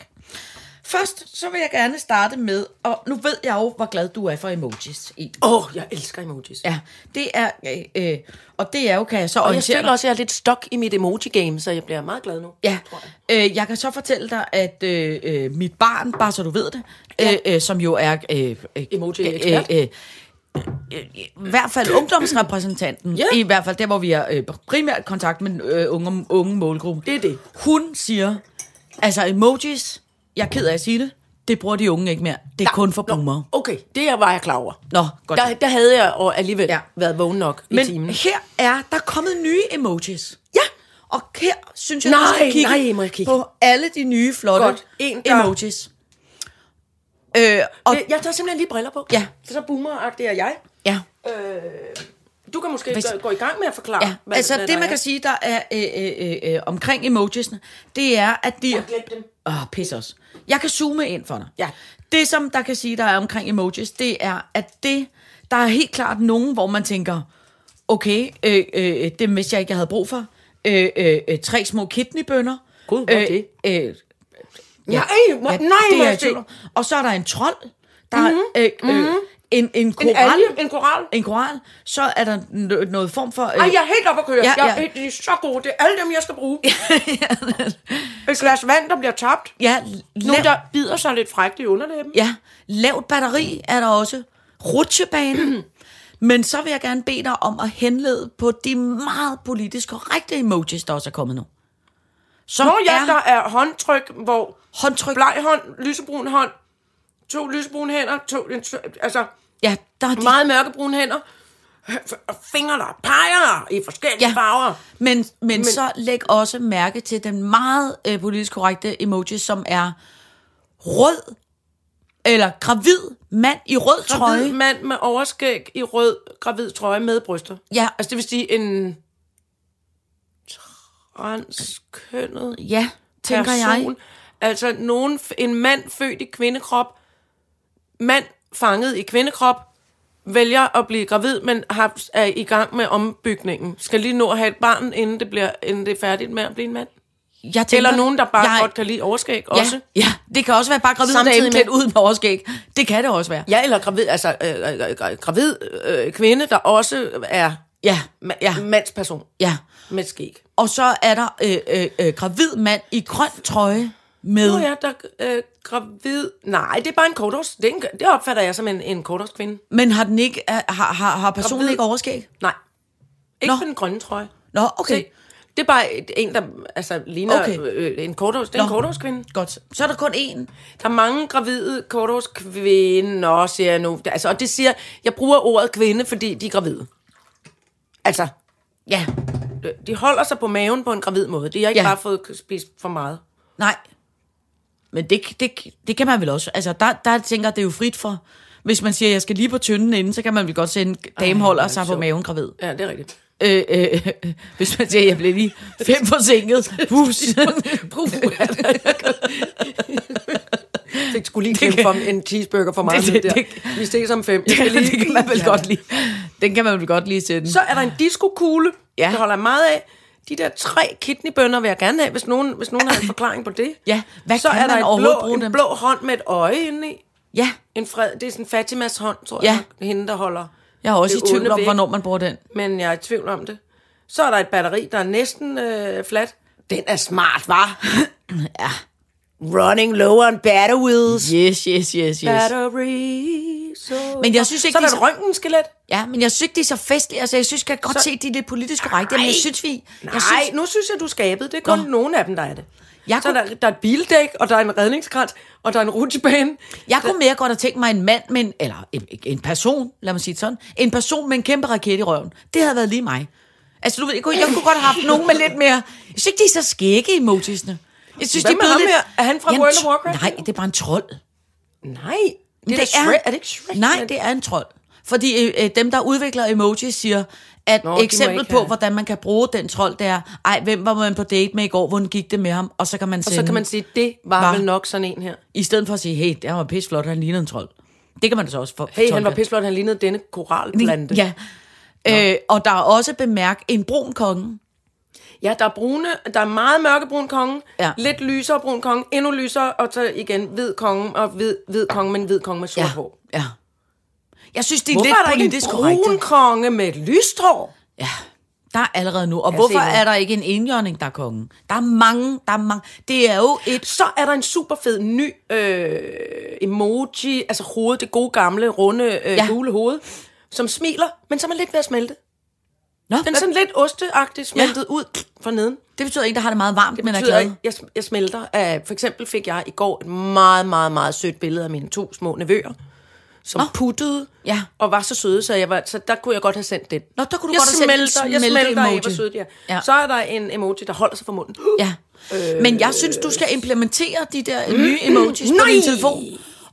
S4: Først så vil jeg gerne starte med, og nu ved jeg jo, hvor glad du er for emojis. egentlig.
S3: Åh, oh, jeg elsker emojis. Ja.
S4: Ja, det er, øh, øh, og det er jo, kan jeg så
S3: Og jeg
S4: orientere
S3: føler
S4: dig-
S3: også, at jeg er lidt stok i mit emoji-game, så jeg bliver meget glad nu.
S4: Ja, øh, jeg kan så fortælle dig, at øh, øh, mit barn, bare så du ved det, øh, øh, som jo er... Øh, øh,
S3: Emoji-ekspert.
S4: øh, øh, I hvert fald ungdomsrepræsentanten,
S3: Ja.
S4: ja. i hvert fald der, hvor vi har øh, primært kontakt med øh, unge, unge målgruppen.
S3: Det er det.
S4: Hun siger, altså emojis, jeg er ked af at sige det, det bruger de unge ikke mere. Det er
S3: Nej,
S4: kun for
S3: nå,
S4: boomer.
S3: Okay, det er- var jeg klar over.
S4: Nå, godt.
S3: Der, der havde jeg og alligevel ja.
S4: Ja.
S3: været vågen nok i
S4: Men
S3: timen.
S4: her er der er kommet nye emojis.
S3: Ja.
S4: Og her synes jeg,
S3: Nej,
S4: du skal kigge,
S3: nej, må jeg kigge?
S4: på alle de nye flotte
S3: Godt. En, der-
S4: emojis. Øh, og,
S3: Og jeg tager simpelthen lige briller på.
S4: Ja.
S3: For så boomer er jeg.
S4: ja,
S3: Du kan måske
S4: Hvis-
S3: gå- gå i gang med at forklare,
S4: ja. altså
S3: der
S4: det, man
S3: er.
S4: kan sige, der er øh, øh, øh, omkring emojisene, det er, at de...
S3: Jeg har glemt dem.
S4: Åh, oh, pis også. Jeg kan zoome ind for dig.
S3: Ja.
S4: Det, som der kan sige, der er omkring emojis, det er, at det, der er helt klart nogen, hvor man tænker, okay, øh, øh, det vidste jeg ikke, jeg havde brug for. Øh, øh, øh, tre små kidneybønner.
S3: Gud, hvor er det?
S4: Øh,
S3: Ja, ej, hvor- nej,
S4: det
S3: hvor
S4: er
S3: er
S4: jeg i tvivl
S3: det-
S4: om. Og så er der en trold. Der mm-hmm. er øh, øh, mm-hmm. en, en koral.
S3: alge, en koral.
S4: En koral. Så er der n- noget form for... Øh,
S3: Ej, jeg er helt oppe at køre. Ja,
S4: Ja,
S3: ja.
S4: ja.
S3: Jeg, de er så gode. Det er alle dem, jeg skal bruge. Et glas vand, der bliver tabt.
S4: ja,
S3: Nogen,
S4: lav,
S3: der bider sig lidt frækt i underlæben.
S4: ja, lavt batteri er der også.
S3: *clears throat*
S4: Rutsjebane. Men så vil jeg gerne bede dig om at henlede på de meget politisk korrekte emojis, der også er kommet nu. Som
S3: Nå ja,
S4: er
S3: der er håndtryk, hvor
S4: håndtryk.
S3: bleg hånd, lysebrun hånd, to lysebrune hænder, to, en, altså
S4: Ja, der er de
S3: meget mørkebrune hænder, og fingre, der peger i forskellige ja. farver.
S4: Men, men, men så læg også mærke til den meget øh, politisk korrekte emoji, som er rød eller gravid mand i rød
S3: Gravid
S4: trøje.
S3: mand med overskæg i rød gravid trøje med bryster.
S4: Ja,
S3: Altså det vil sige en transkønnet
S4: ja, tænker jeg.
S3: person. Altså nogen, en mand født i kvindekrop, mand fanget i kvindekrop, vælger at blive gravid, men har, er i gang med ombygningen. Skal lige nå at have et barn, inden det, bliver, inden det er færdigt med at blive en mand.
S4: jeg tænker,
S3: Eller nogen, der bare
S4: jeg,
S3: godt kan lide overskæg
S4: ja,
S3: også.
S4: Ja, det kan også være bare gravid
S3: Samtidig
S4: dame
S3: med-
S4: klædt ud med overskæg. Det kan det også være.
S3: Ja, eller gravid, altså øh, øh, gravid øh, kvinde, der også er
S4: Ja,
S3: ma-
S4: ja,
S3: mandsperson
S4: ja.
S3: med skæg.
S4: Og så er der øh, øh, øh, gravid mand i grøn trøje med...
S3: Nu er jeg der øh, gravid. Nej, det er bare en kortårs. Det, er en, det opfatter jeg som en, en kortårskvinde.
S4: Men har, den ikke, er- har, har, har personen
S3: Gravid.
S4: ikke overskæg?
S3: Nej. Ikke
S4: Nå.
S3: på den grønne trøje.
S4: Nå, okay.
S3: Se, det er bare et, en, der altså, ligner okay.
S4: Okay.
S3: øh, en korthårs. Det er en
S4: Nå.
S3: korthårskvinde.
S4: Godt. Så er der kun én.
S3: Der er mange gravide korthårskvinder, siger jeg nu. Altså, og det siger, jeg bruger ordet kvinde, fordi de er gravide. Altså,
S4: Ja.
S3: øh, de holder sig på maven på en gravid måde. De har ikke ja.
S4: Ja.
S3: bare fået spist for meget.
S4: Nej. Men det, det, det kan man vel også. Altså, der, der tænker jeg, det er jo frit for. Hvis man siger, jeg skal lige på tynden inden, så kan man vel godt sende dameholder sig på maven gravid.
S3: Ja, det er rigtigt.
S4: Øh, øh, *laughs* øh, hvis man siger, jeg blev lige fem forsinket. Pus. *laughs*
S3: Brug Det skulle lige kæmpe for en cheeseburger for meget.
S4: Det-
S3: Det,
S4: det-
S3: det,
S4: det-
S3: der. Vi ses om fem. Jeg skal lige-
S4: det kan man vel
S3: Ja.
S4: godt lige. Den kan man vel godt lige sende.
S3: Så er der en diskokugle. Ja.
S4: Ja.
S3: Det holder jeg meget af. De der tre kidneybønner vil jeg gerne have, hvis nogen, hvis
S4: *clears throat*
S3: nogen har en forklaring på det.
S4: Ja, hvad
S3: så
S4: kan
S3: er der
S4: man
S3: en
S4: overhovedet
S3: blå,
S4: bruge
S3: en
S4: dem?
S3: blå hånd med et øje inde i.
S4: Ja,
S3: En fred, det er sådan Fatimas hånd, tror
S4: Ja.
S3: jeg. nok. Hende, der holder.
S4: jeg er også
S3: det
S4: i tvivl
S3: onde
S4: om,
S3: væk.
S4: hvornår man bruger den.
S3: Men jeg er i tvivl om det. Så er der et batteri, der er næsten øh, flat. Den er smart, var.
S4: *clears throat* Ja.
S3: Running low on batteries.
S4: Yes, yes, yes, yes.
S3: Batteries. oh.
S4: Men jeg synes ikke,
S3: så er
S4: de
S3: der et røntgenskelet.
S4: Ja, men jeg synes ikke, det er så festligt. Altså, jeg synes, jeg kan godt så... se, de er lidt politisk korrekte. Men jeg
S3: Nej.
S4: synes, vi...
S3: Nej,
S4: Jeg synes,
S3: nu synes jeg, du skabede. Det er kun Nå.
S4: Nå.
S3: nogle af dem, der er det.
S4: Jeg
S3: så er
S4: kunne-
S3: der, der er et bildæk, og der er en redningskrans, og der er en rutsjebane.
S4: Jeg kunne mere godt have tænkt mig en mand, men, eller en, en person, lad mig sige det sådan, en person med en kæmpe raket i røven. Det havde været lige mig. Altså, du ved, jeg kunne, jeg kunne godt have haft nogen med lidt mere... Jeg synes ikke, de er så skægge emojisene. Jeg synes,
S3: Hvad
S4: de
S3: med
S4: blevet
S3: ham her? Er han fra World of
S4: tr-
S3: Warcraft?
S4: Nej, det er bare en trold.
S3: Nej, det, det er,
S4: er-
S3: Shrek. er det ikke Shrek?
S4: Nej, det er en trold. Fordi øh, øh, dem, der udvikler emojis, siger, at
S3: Nå,
S4: Nå,
S3: de må
S4: eksempel
S3: ikke
S4: på,
S3: have-
S4: hvordan man kan bruge den trold, det er, ej, hvem var man på date med i går, hvordan gik det med ham, og så kan man
S3: Og
S4: sende,
S3: så kan man sige, det var
S4: Var.
S3: vel nok sådan en her.
S4: i stedet for at sige, hey, det var pissflot, han lignede en trold. Det kan man så også for
S3: Hey, han
S4: tolke.
S3: var pisseflot, han lignede denne koralplante.
S4: Ja. Øh, og der er også bemærk en brun konge.
S3: Ja, der er brune, der er meget mørkebrun konge,
S4: Ja.
S3: lidt lysere brun konge, endnu lysere, og så igen hvid konge og hvid, hvid konge, men hvid konge med
S4: Ja.
S3: sort ja. hår.
S4: ja. Jeg synes, det er
S3: Hvorfor
S4: lidt
S3: er der ikke
S4: politisk
S3: en
S4: korrekt.
S3: brun konge med et lyst hår?
S4: Ja, der er allerede nu. Og
S3: Jeg
S4: hvorfor
S3: ser det.
S4: er der ikke en enhjørning, der er kongen? Der er mange, der er mange. Det er jo et...
S3: Så er der en super fed ny øh, emoji, altså hovedet, det gode gamle, runde, øh,
S4: Ja.
S3: ja. gule hoved, som smiler, men som er lidt ved at smelte.
S4: Nå,
S3: Den er sådan lidt osteagtig smeltet ja. ud for neden.
S4: det betyder ikke, der har det meget varmt, det men er
S3: betyder,
S4: glad.
S3: at jeg, jeg smelter. Uh, for eksempel fik jeg i går et meget, meget, meget sødt billede af mine to små nevøer, som oh. puttede
S4: Ja.
S3: og var så søde, så, jeg var, så der kunne jeg godt have sendt den.
S4: Nå, der kunne du
S3: jeg
S4: godt have sendt en
S3: smelter, Jeg
S4: smelte
S3: smelter af,
S4: emoji.
S3: hvor søde de er.
S4: Ja.
S3: Ja. Så er der en emoji, der holder sig for munden.
S4: Ja.
S3: Øh,
S4: Men jeg synes, du skal implementere de der nye emojis på
S3: Mm, nej!
S4: din telefon.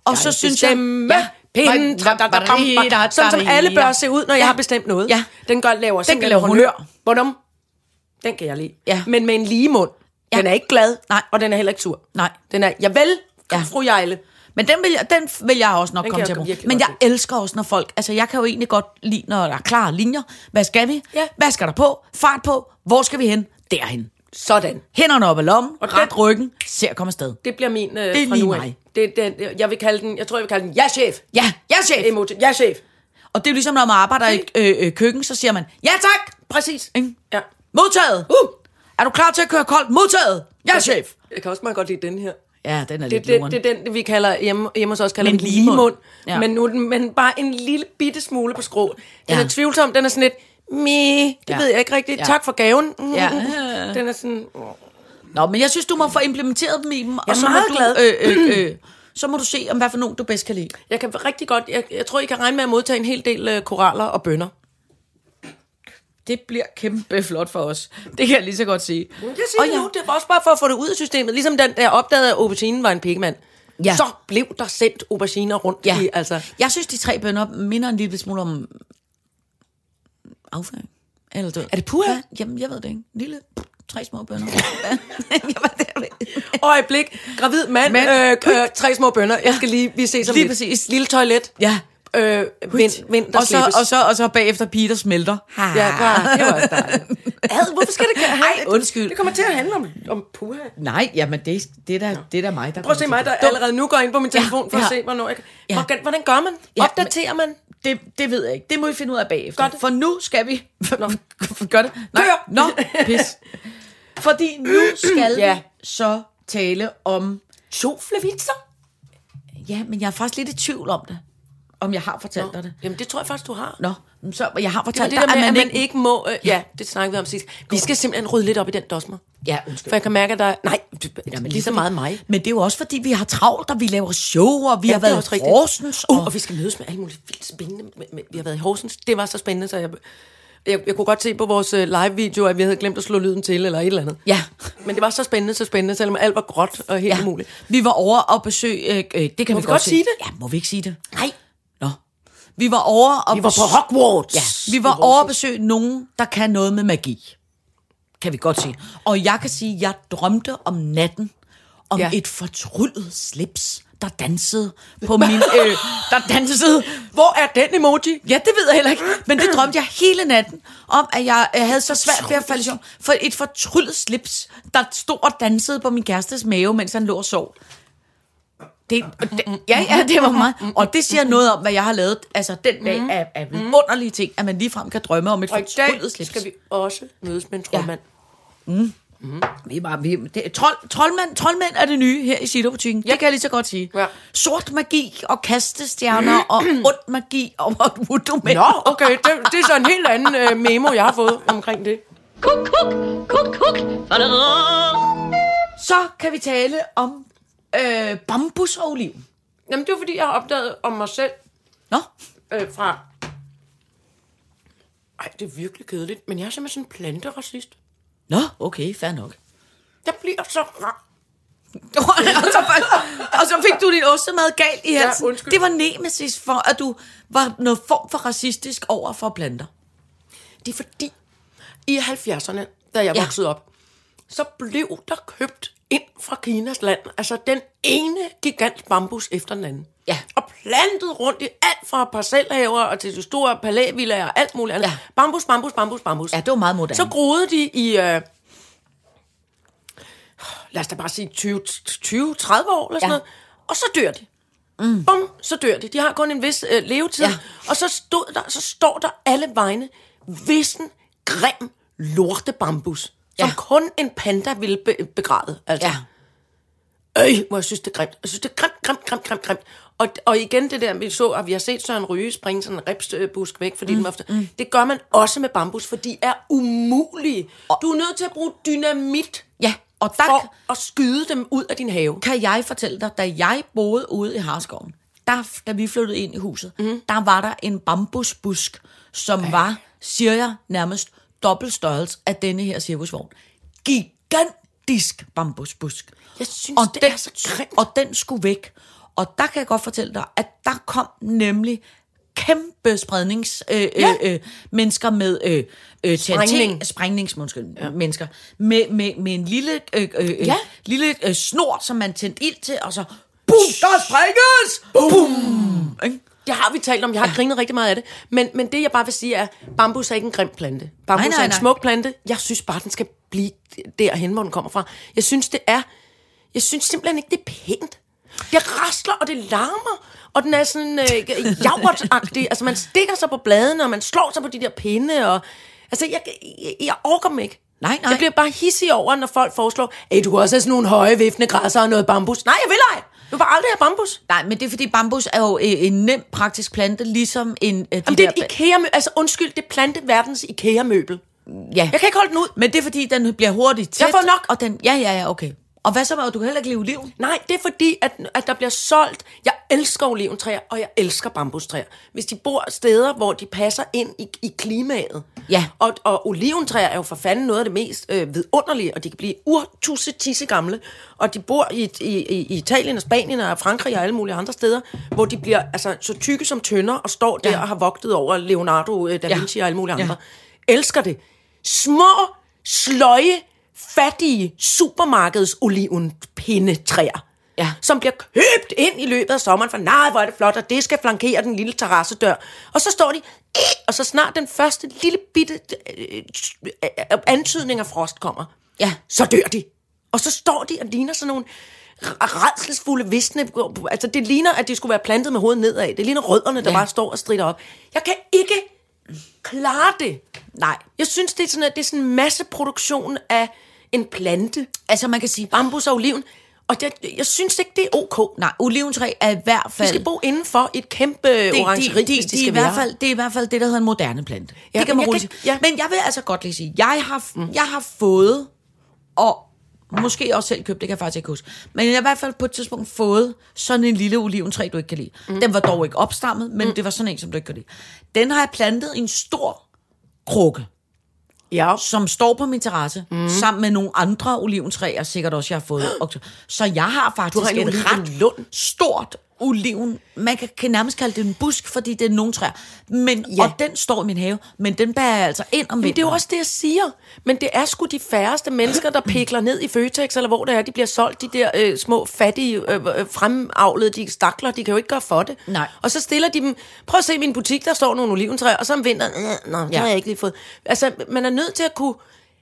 S4: Og så synes jeg...
S3: Bestemme pinden, tra- tra- tra- tra- tra- Sådan som alle bør se ud, når jeg har bestemt noget.
S4: Ja.
S3: Den gør, laver den
S4: lave honør.
S3: Hvordan? Den kan jeg lide.
S4: Ja.
S3: Men med en lige mund.
S4: Ja.
S3: Den er ikke glad,
S4: Nej.
S3: og den er heller ikke sur.
S4: Nej.
S3: Den er, jeg vel,
S4: Ja.
S3: ja. fru Jejle.
S4: Men den vil, jeg, den vil jeg også nok
S3: Den
S4: komme
S3: kan
S4: til at
S3: jeg
S4: bruge.
S3: virkelig
S4: Men
S3: godt
S4: jeg elsker også, når folk... Altså, jeg kan jo egentlig godt lide, når der er klare linjer. Hvad skal vi?
S3: Ja.
S4: Hvad skal der på? Fart på? Hvor skal vi hen? Derhen.
S3: Sådan.
S4: Hænderne op ad lommen, og
S3: Og
S4: ret
S3: den-
S4: ryggen, ser komme afsted.
S3: Det bliver min øh,
S4: Det er
S3: fra
S4: lige
S3: nu af.
S4: mig.
S3: Det, er den, jeg vil kalde den, jeg tror, jeg vil kalde den, ja chef.
S4: Ja, ja chef!
S3: Emoji. Ja chef.
S4: Og det er jo ligesom, når man arbejder i øh, øh, køkken, så siger man, ja tak!
S3: Præcis.
S4: Ikke?
S3: Ja.
S4: Modtaget!
S3: Uh!
S4: Er du klar til at køre koldt? Modtaget! Ja, chef!
S3: Jeg kan også meget godt lide den her.
S4: Ja, den er lidt
S3: Det, det,
S4: luren.
S3: det er den, vi kalder hjemme, hjemme hos os kalder
S4: Men
S3: en lige mund.
S4: Ja.
S3: Ja. Men, nu, er den- men bare en lille bitte smule på skrå. Den
S4: Ja.
S3: ja. er tvivlsom, den er sådan lidt, me, det
S4: Ja.
S3: ja. ved jeg ikke rigtigt.
S4: Ja.
S3: Ja. Tak for gaven. Mm,
S4: Ja.
S3: mm, mm. *laughs* Den er sådan,
S4: Nå, men jeg synes, du må få implementeret dem i dem. Og
S3: er
S4: så må,
S3: meget
S4: du,
S3: glad.
S4: øh, øh, øh, så må du se, om hvad for nogen du bedst kan lide.
S3: jeg kan rigtig godt, jeg, jeg tror, I kan regne med at modtage en hel del øh, koraller og bønder.
S4: Det bliver kæmpe flot for os. Det kan jeg lige så godt sige.
S3: Jeg siger
S4: Og
S3: det
S4: ja.
S3: nu, det er også bare for at få det ud af systemet. Ligesom den, der opdagede, at auberginen var en pigmand.
S4: Ja.
S3: Ja. Så blev der sendt auberginer rundt
S4: Ja.
S3: ja. i, altså...
S4: Jeg synes, de tre bønder minder en lille smule om afføring. Eller du ved.
S3: Er det puha?
S4: Hvad? Jamen, jeg ved det ikke. Lille, tre små
S3: *laughs*
S4: bønder. Hvad? jeg ved det ikke.
S3: Øjeblik, gravid mand,
S4: Mand.
S3: mand. Øh, øh, tre små bønder. Jeg skal lige, vi ses om
S4: Lige
S3: lidt.
S4: præcis.
S3: Lille toilet.
S4: Ja.
S3: Øh, vind, vind, der
S4: og, så,
S3: slippes.
S4: og, så, og så bagefter Peter smelter. Ha.
S3: Ja, bare, det var også dejligt. Ad, hvorfor skal *laughs* det have?
S4: Ej, *laughs* undskyld.
S3: Det kommer til at handle om, om puha.
S4: Nej, jamen det, det, er da, det er da mig, der
S3: Prøv at se mig, der allerede nu går ind på min telefon ja, for
S4: ja.
S3: at se, hvornår jeg kan.
S4: Ja.
S3: Hvordan, hvordan gør man?
S4: Ja,
S3: Opdaterer man?
S4: Det, det ved jeg ikke. Det må I finde ud af bagefter.
S3: Gør det.
S4: For nu skal vi... Gør det. Nej.
S3: Kør!
S4: Nå, pis. *laughs* Fordi nu skal ja.
S3: Ja.
S4: vi så tale om...
S3: To flavitser?
S4: Ja, men jeg er faktisk lidt i tvivl om det. Om jeg har fortalt dig det.
S3: Jamen, det tror jeg faktisk, du har.
S4: Nå, men så jeg har
S3: Det var
S4: fortalt
S3: det der
S4: dig,
S3: med,
S4: at
S3: at
S4: man,
S3: man ikke må... Øh, ja, det snakkede vi om sidst. Vi skal simpelthen rydde lidt op i den dosmer.
S4: Ja, undskyld.
S3: For jeg kan mærke, at der... er- Nej, det,
S4: Ja,
S3: jamen,
S4: men
S3: lige så
S4: fordi-
S3: meget mig.
S4: Men det er jo også, fordi vi har travlt, og vi laver show, og vi ja, har
S3: det er
S4: været
S3: også
S4: i
S3: rigtigt.
S4: Horsens. Og...
S3: Uh, og vi skal mødes med alle mulige vildt spændende. med- med- Vi har været i Horsens. Det var så spændende, så jeg... Jeg, jeg kunne godt se på vores øh, live-video, at vi havde glemt at slå lyden til, eller et eller andet.
S4: Ja.
S3: Men det var så spændende, så spændende, selvom alt var gråt og helt ja. umuligt.
S4: Vi var over og besøge... Øh, øh, det kan vi,
S3: Må vi
S4: godt
S3: godt
S4: se.
S3: sige det?
S4: Ja, må vi ikke sige det?
S3: Nej.
S4: Nå. Vi var over og
S3: Vi var på Hogwarts.
S4: Ja, vi var over at besøge nogen, der kan noget med magi. Kan vi godt sige. Og jeg kan sige, at jeg drømte om natten om ja.
S3: Ja.
S4: et fortryllet slips, der dansede på min... Øh, der dansede...
S3: Hvor er den emoji?
S4: Ja, det ved jeg heller ikke. Men det drømte jeg hele natten om, at jeg øh, havde så svært ved at falde i søvn. For et fortryllet slips, der stod og dansede på min kærestes mave, mens han lå og sov. Det, det, ja, ja, det var meget. Og det siger noget om, hvad jeg har lavet. Altså, den dag af, af underlige ting, at man ligefrem kan drømme om et
S3: Og i
S4: fortryllet
S3: dag
S4: slips.
S3: skal vi også mødes med en troldmand.
S4: Vi er bare, vi, det, trold, troldmænd, troldmænd er det nye her i Silo-butikken. Ja. Det kan jeg lige så godt sige.
S3: Ja.
S4: Sort magi og kastestjerner og ond magi og voodoo
S3: Ja. Nå, okay. Det, det er så en helt anden øh, memo, jeg har fået omkring det.
S2: Kuk, kuk, kuk, kuk.
S4: Så kan vi tale om øh, bambus og oliv.
S3: Jamen, det var fordi, jeg har opdaget om mig selv
S4: Nå,
S3: øh, fra... Ej, det er virkelig kedeligt, men jeg er simpelthen sådan en planteracist.
S4: Nå okay, fair nok.
S3: Jeg bliver så rar.
S4: *laughs* og, så, altså, og så fik du din ostemad galt i halsen.
S3: undskyld.
S4: det var nemesis for, at du var noget form for racistisk over for planter.
S3: Det er fordi, i 70'erne, da jeg
S4: Ja.
S3: ja. voksede op, så blev der købt ind fra Kinas land, altså den ene gigant bambus efter den anden.
S4: Ja.
S3: Og plantet rundt i alt fra parcelhaver og til de store palævillager og alt muligt andet.
S4: Ja.
S3: Bambus, bambus, bambus, bambus.
S4: Ja, det var meget moderne.
S3: Så groede de i, øh, lad os da bare sige 20, 20 30 år eller sådan
S4: Ja.
S3: ja. noget, og så dør de. Mm. Bum, så dør de. De har kun en vis øh, levetid.
S4: Ja.
S3: Ja. Og så, stod der, så står der alle vegne, vissen, grim, lortebambus, som
S4: Ja.
S3: kun en panda ville be- begræde. Altså.
S4: Ja.
S3: Øj, hvor jeg synes, det er grimt. Jeg synes, det er grimt, grimt, grimt, grimt, grimt. Og, og igen det der, vi så, at vi har set Søren Ryge springe sådan en ripsbusk væk, fordi mm, den var ofte, mm. Det gør man også med bambus, for de er umulige. Du er nødt til at bruge dynamit
S4: Ja, og der
S3: for at skyde dem ud af din have.
S4: kan jeg fortælle dig, da jeg boede ude i Harskoven, der, da vi flyttede ind i huset, mm. der var der en bambusbusk, som Ej. var, siger jeg, nærmest dobbelt størrelse af denne her cirkusvogn. Gigantisk bambusbusk.
S3: Jeg synes, det er så grimt.
S4: Og den skulle væk. Og der kan jeg godt fortælle dig, at der kom nemlig kæmpe sprednings øh, ja.
S3: Ja.
S4: øh, øh, mennesker med øh, øh,
S3: Sprængning.
S4: TNT, sprængningsmennesker, ja. mennesker, med, med, med en lille, øh, øh, øh, ja.
S3: Ja.
S4: lille øh, snor, som man tændte ild til, og så BUM! Der sprænges! BUM! Ikke?
S3: Det har vi talt om. Jeg har ja. grinet rigtig meget af det. Men, men det, jeg bare vil sige, er, bambus er ikke en grim plante. Bambus
S4: Nej, nej,
S3: er en
S4: nej.
S3: smuk plante. Jeg synes bare, den skal blive derhen, hvor den kommer fra. Jeg synes, det er... Jeg synes simpelthen ikke, det er pænt. Det rasler, og det larmer, og den er sådan øh, javretsagtig. altså, man stikker sig på bladene, og man slår sig på de der pinde, og... Altså, jeg, jeg, jeg orker dem ikke.
S4: Nej, nej.
S3: Jeg bliver bare hissig over, når folk foreslår, at du kan også have sådan nogle høje, viftende græsser og noget bambus. Nej, jeg vil ej! Du vil aldrig have bambus.
S4: Nej, men det er fordi, bambus er jo øh, en nem praktisk plante, ligesom en... Øh, de
S3: Jamen, det er et
S4: der-
S3: IKEA -mø- Altså, undskyld, det er planteverdens IKEA-møbel.
S4: ja.
S3: Jeg kan ikke holde den ud.
S4: Men det er fordi, den bliver hurtigt tæt.
S3: Jeg får nok.
S4: Og den, ja, ja, ja, okay. Og hvad så med, at du kan heller ikke leve liv?
S3: Nej, det er fordi, at, at der bliver solgt... Jeg elsker oliventræer, og jeg elsker bambustræer. Hvis de bor steder, hvor de passer ind i, i klimaet.
S4: Ja.
S3: Og, og oliventræer er jo for fanden noget af det mest øh, vidunderlige, og de kan blive urtusse tisse gamle. Og de bor i, i, i i Italien og Spanien og Frankrig og alle mulige andre steder, hvor de bliver altså, så tykke som tønder og står der
S4: Ja.
S3: ja. og har vogtet over Leonardo øh, da
S4: Ja.
S3: Vinci og alle mulige
S4: Ja.
S3: andre. Elsker det. Små, sløje, fattige supermarkeds olivenpindetræer.
S4: Ja.
S3: Som bliver købt ind i løbet af sommeren, for nej, hvor er det flot, og det skal flankere den lille terrassedør. Og så står de, *clears throat* og så snart den første lille bitte øh, øh, antydning af frost kommer,
S4: Ja.
S3: så dør de. Og så står de og ligner sådan nogle redselsfulde visne. Altså, det ligner, at de skulle være plantet med hovedet nedad. Det ligner rødderne, der
S4: Ja.
S3: ja. bare står og strider op. Jeg kan ikke klare det.
S4: Nej.
S3: Jeg synes, det er sådan, at det er sådan en masseproduktion af en plante.
S4: Altså, man kan sige,
S3: Bambus og oliven. Og jeg, jeg synes ikke, det er ok.
S4: nej, oliventræ er i hvert
S3: De
S4: fald...
S3: skal bo indenfor i et kæmpe det, orangeri,
S4: de, de,
S3: hvis de,
S4: de er i
S3: skal
S4: hvert
S3: være.
S4: fald, Det er i hvert fald det, der hedder en moderne plante. Ja,
S3: Ja,
S4: det kan
S3: men
S4: man
S3: jeg
S4: roligt
S3: kan
S4: sige.
S3: ikke-
S4: Men jeg vil altså godt lige sige, jeg har, mm. jeg har fået, og måske også selv købt, det kan jeg faktisk ikke huske, men jeg har i hvert fald på et tidspunkt fået sådan en lille oliventræ, du ikke kan lide. Mm. Den var dog ikke opstammet, men mm. det var sådan en, som du ikke kan lide. Den har jeg plantet i en stor krukke
S3: Ja.
S4: som står på min terrasse,
S3: Mhm.
S4: mm. sammen med nogle andre oliventræer, sikkert også, jeg har fået.
S3: *gasps*
S4: Og- Så jeg har faktisk
S3: har en
S4: et ret
S3: olivenlund.
S4: stort oliven. Man kan, kan nærmest kalde det en busk, fordi det er nogle træer. Men, ja.
S3: Ja.
S4: Og den står i min have, men den bærer jeg altså ind om
S3: Men det er jo
S4: vinteren.
S3: også det, jeg siger. Men det er sgu de færreste mennesker, der pikler ned i Føtex, eller hvor det er, de bliver solgt, de der øh, små, fattige, øh, øh, fremavlede, de stakler, de kan jo ikke gøre for det.
S4: Nej.
S3: Og så stiller de dem, prøv at se min butik, der står nogle oliventræer, og så om vinteren, øh, nå, det
S4: Ja.
S3: har jeg ikke lige fået. Altså, man er nødt til at kunne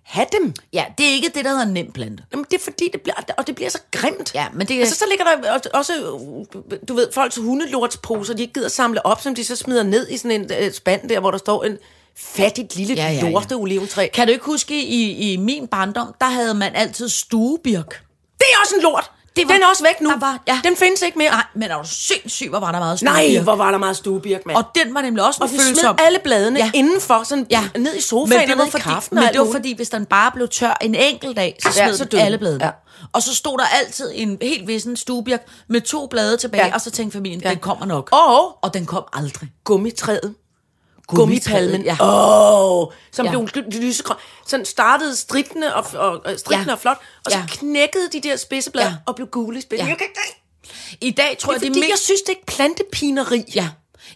S3: have dem.
S4: Ja, det er ikke det, der hedder en nem plante.
S3: Jamen, det er fordi, det bliver, og det bliver så grimt.
S4: Ja, men det-
S3: altså, så ligger der også- også, øh, du ved, folks hundelortsposer, de ikke gider samle op, som de så smider ned i sådan en øh, spand der, hvor der står en fattigt lille
S4: Ja,
S3: ja,
S4: ja, ja.
S3: ja, lorte oliventræ.
S4: Kan du ikke huske, i, i min barndom, der havde man altid stuebirk.
S3: Det er også en lort. Det var, den er også væk nu.
S4: Der var- ja.
S3: Den findes ikke mere.
S4: Nej, men er du sindssyg, hvor var der meget
S3: Nej,
S4: stuebirk.
S3: hvor var der meget stuebirk, mand.
S4: Og den var nemlig også
S3: og
S4: en
S3: vi smed
S4: følsom.
S3: alle bladene
S4: Ja.
S3: ja. indenfor, sådan
S4: Ja.
S3: ja. ned i sofaen
S4: men det
S3: og
S4: var
S3: ned i
S4: fordi,
S3: kaffen.
S4: Men
S3: og
S4: det var fordi, hvis den bare blev tør en enkelt dag, så smed
S3: Ja,
S4: ja,
S3: så
S4: så den
S3: døde den.
S4: alle bladene. Ja.
S3: Ja.
S4: Og så stod der altid en helt vissen stuebjerg med to blade tilbage, ja.
S3: Ja.
S4: og så tænkte familien, ja. den kommer nok.
S3: Og-
S4: og den kom aldrig.
S3: gummitræet. Gummipalmen.
S4: Ja.
S3: Ja. Oh, som
S4: Ja.
S3: ja. blev ly- lysegrøn. Sådan startede strittende og, og, og, strittende
S4: Ja.
S3: ja. og flot, og så
S4: Ja.
S3: knækkede de der spidseblad
S4: Ja.
S3: ja. og blev gule i spidsen.
S4: Ja.
S3: Ja. Jeg kan ikke... Det
S4: I dag tror
S3: er
S4: jeg,
S3: fordi,
S4: det mest...
S3: jeg synes, det er ikke plantepineri.
S4: Ja.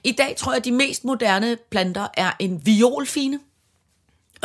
S4: I dag tror jeg, de mest moderne planter er en violfine.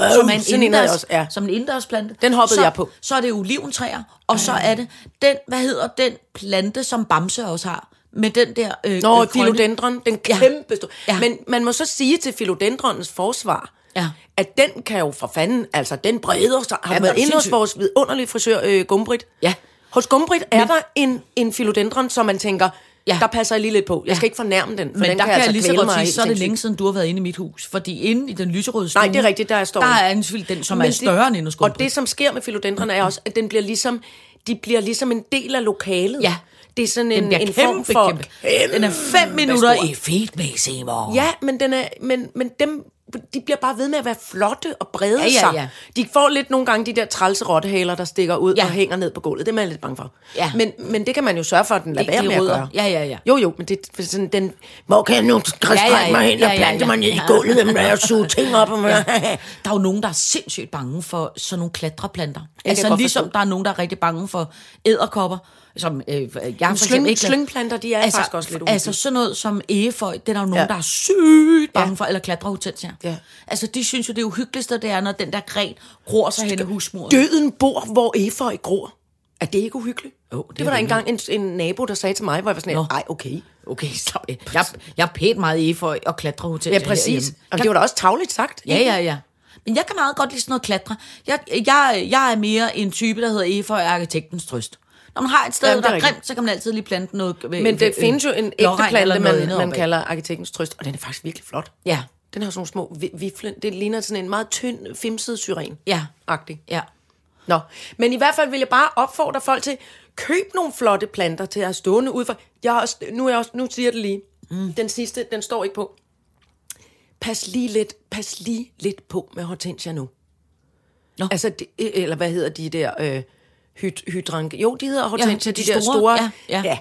S3: Øh,
S4: som er en
S3: sådan en havde
S4: indendørs,
S3: jeg også. Ja.
S4: som en indendørsplante.
S3: Den hoppede
S4: så,
S3: jeg på.
S4: Så er det oliventræer, og så er det den, hvad hedder den plante, som Bamse også har, med den der øh,
S3: Nå,
S4: øh,
S3: øh,
S4: grønne-
S3: philodendron, den
S4: Ja.
S3: kæmpe store.
S4: Ja.
S3: Ja. Men man må så sige til philodendronens forsvar,
S4: Ja.
S3: at den kan jo for fanden, altså den breder sig. Har
S4: Ja,
S3: ja,
S4: men er
S3: været
S4: du
S3: inde hos
S4: sindssyg?
S3: vores vidunderlige frisør, øh, Gumbrit.
S4: Ja.
S3: Hos Gumbrit er der en, en philodendron, som man tænker,
S4: Ja.
S3: ja. der passer jeg lige lidt på. Jeg skal
S4: Ja.
S3: ikke fornærme den, for
S4: Men
S3: den
S4: der
S3: kan,
S4: kan jeg
S3: altså
S4: lige så
S3: kvæle
S4: godt
S3: mig
S4: sige,
S3: helt
S4: så er det
S3: sindssygt.
S4: længe siden, du har været inde i mit hus. Fordi inde i den lyserøde stue,
S3: Nej, det er rigtigt, der er står.
S4: der er en svild, den, som men er større end en hos
S3: Og det, som sker med philodendrene, er også, at den bliver ligesom, de bliver ligesom en del af lokalet.
S4: Ja.
S3: Det er sådan
S4: den
S3: en,
S4: bliver
S3: en form for...
S4: kæmpe. Den er fem minutter i fedtmæssimer.
S3: Ja, men, den er, men, men dem, de bliver bare ved med at være flotte og brede
S4: Ja, ja,
S3: sig.
S4: ja.
S3: De får lidt nogle gange de der trælse rottehaler, der stikker ud
S4: Ja.
S3: ja. og hænger ned på gulvet. Det er man lidt bange for.
S4: Ja.
S3: Men, men det kan man jo sørge for, at den lader
S4: Det-
S3: være
S4: de
S3: med at
S4: rydder.
S3: gøre.
S4: Ja, ja, ja.
S3: Jo, jo, men det er sådan den... Hvor kan jeg nu strække
S4: Ja, ja, ja.
S3: mig hen
S4: Ja,
S3: og
S4: ja,
S3: plante
S4: ja.
S3: mig ned i
S4: Ja.
S3: gulvet, når jeg suger
S4: *laughs*
S3: ting op? Og ja.
S4: Der er jo nogen, der er sindssygt bange for sådan nogle klatreplanter.
S3: kan
S4: altså
S3: godt
S4: ligesom
S3: forstå.
S4: der er nogen, der er rigtig bange for æderkopper, som øh, jeg for eksempel ikke...
S3: slyngplanter, de er faktisk også lidt
S4: Altså
S3: uhyggelige.
S4: sådan noget som egeføj, det er der jo nogen, ja.
S3: Ja.
S4: der er sygt bange ja.
S3: Ja.
S4: for, eller klatrehortensier.
S3: Ja.
S4: Altså de synes jo, det uhygeligste det er, når den der gren gror sig hen i husmuren.
S3: Døden bor, hvor efeu gror. Er det ikke uhyggeligt?
S4: Jo, det
S3: det, det
S4: er
S3: var der
S4: det
S3: engang en, en nabo, der sagde til mig, hvor jeg var sådan,
S4: Nå.
S3: nej, okay.
S4: Okay, stop. Jeg, jeg er pænt meget egeføj og klatrehortensier
S3: Ja, præcis.
S4: herhjemme.
S3: Og det var da også tavligt sagt.
S4: Ja, ja, ja. Men jeg kan meget godt lide sådan noget klatre. Jeg, jeg, jeg er mere en type, der hedder Efeu og arkitektens trøst. Når man har et sted,
S3: Jamen, det
S4: der
S3: er
S4: er
S3: rigtigt.
S4: grimt, så kan man altid lige plante noget.
S3: Men det findes jo en ægte plante, man, man kalder arkitektens trøst, og den er faktisk virkelig flot.
S4: Ja,
S3: Den har sådan nogle små vi- viflen. Det ligner sådan en meget tynd, femset syren.
S4: Ja.
S3: Agtig.
S4: ja.
S3: Nå, men i hvert fald vil jeg bare opfordre folk til, køb nogle flotte planter til at have stående ud for. Jeg har også, nu, er jeg også, nu siger jeg det lige. Mm. Den sidste, den står ikke på. Pas lige lidt, pas lige lidt på med hortensia nu.
S4: Nå.
S3: Altså, de, eller hvad hedder de der øh, hyd, hydrank? Jo, de hedder
S4: Ja,
S3: hortensia,
S4: de
S3: de, der
S4: store,
S3: store.
S4: ja, ja.
S3: ja,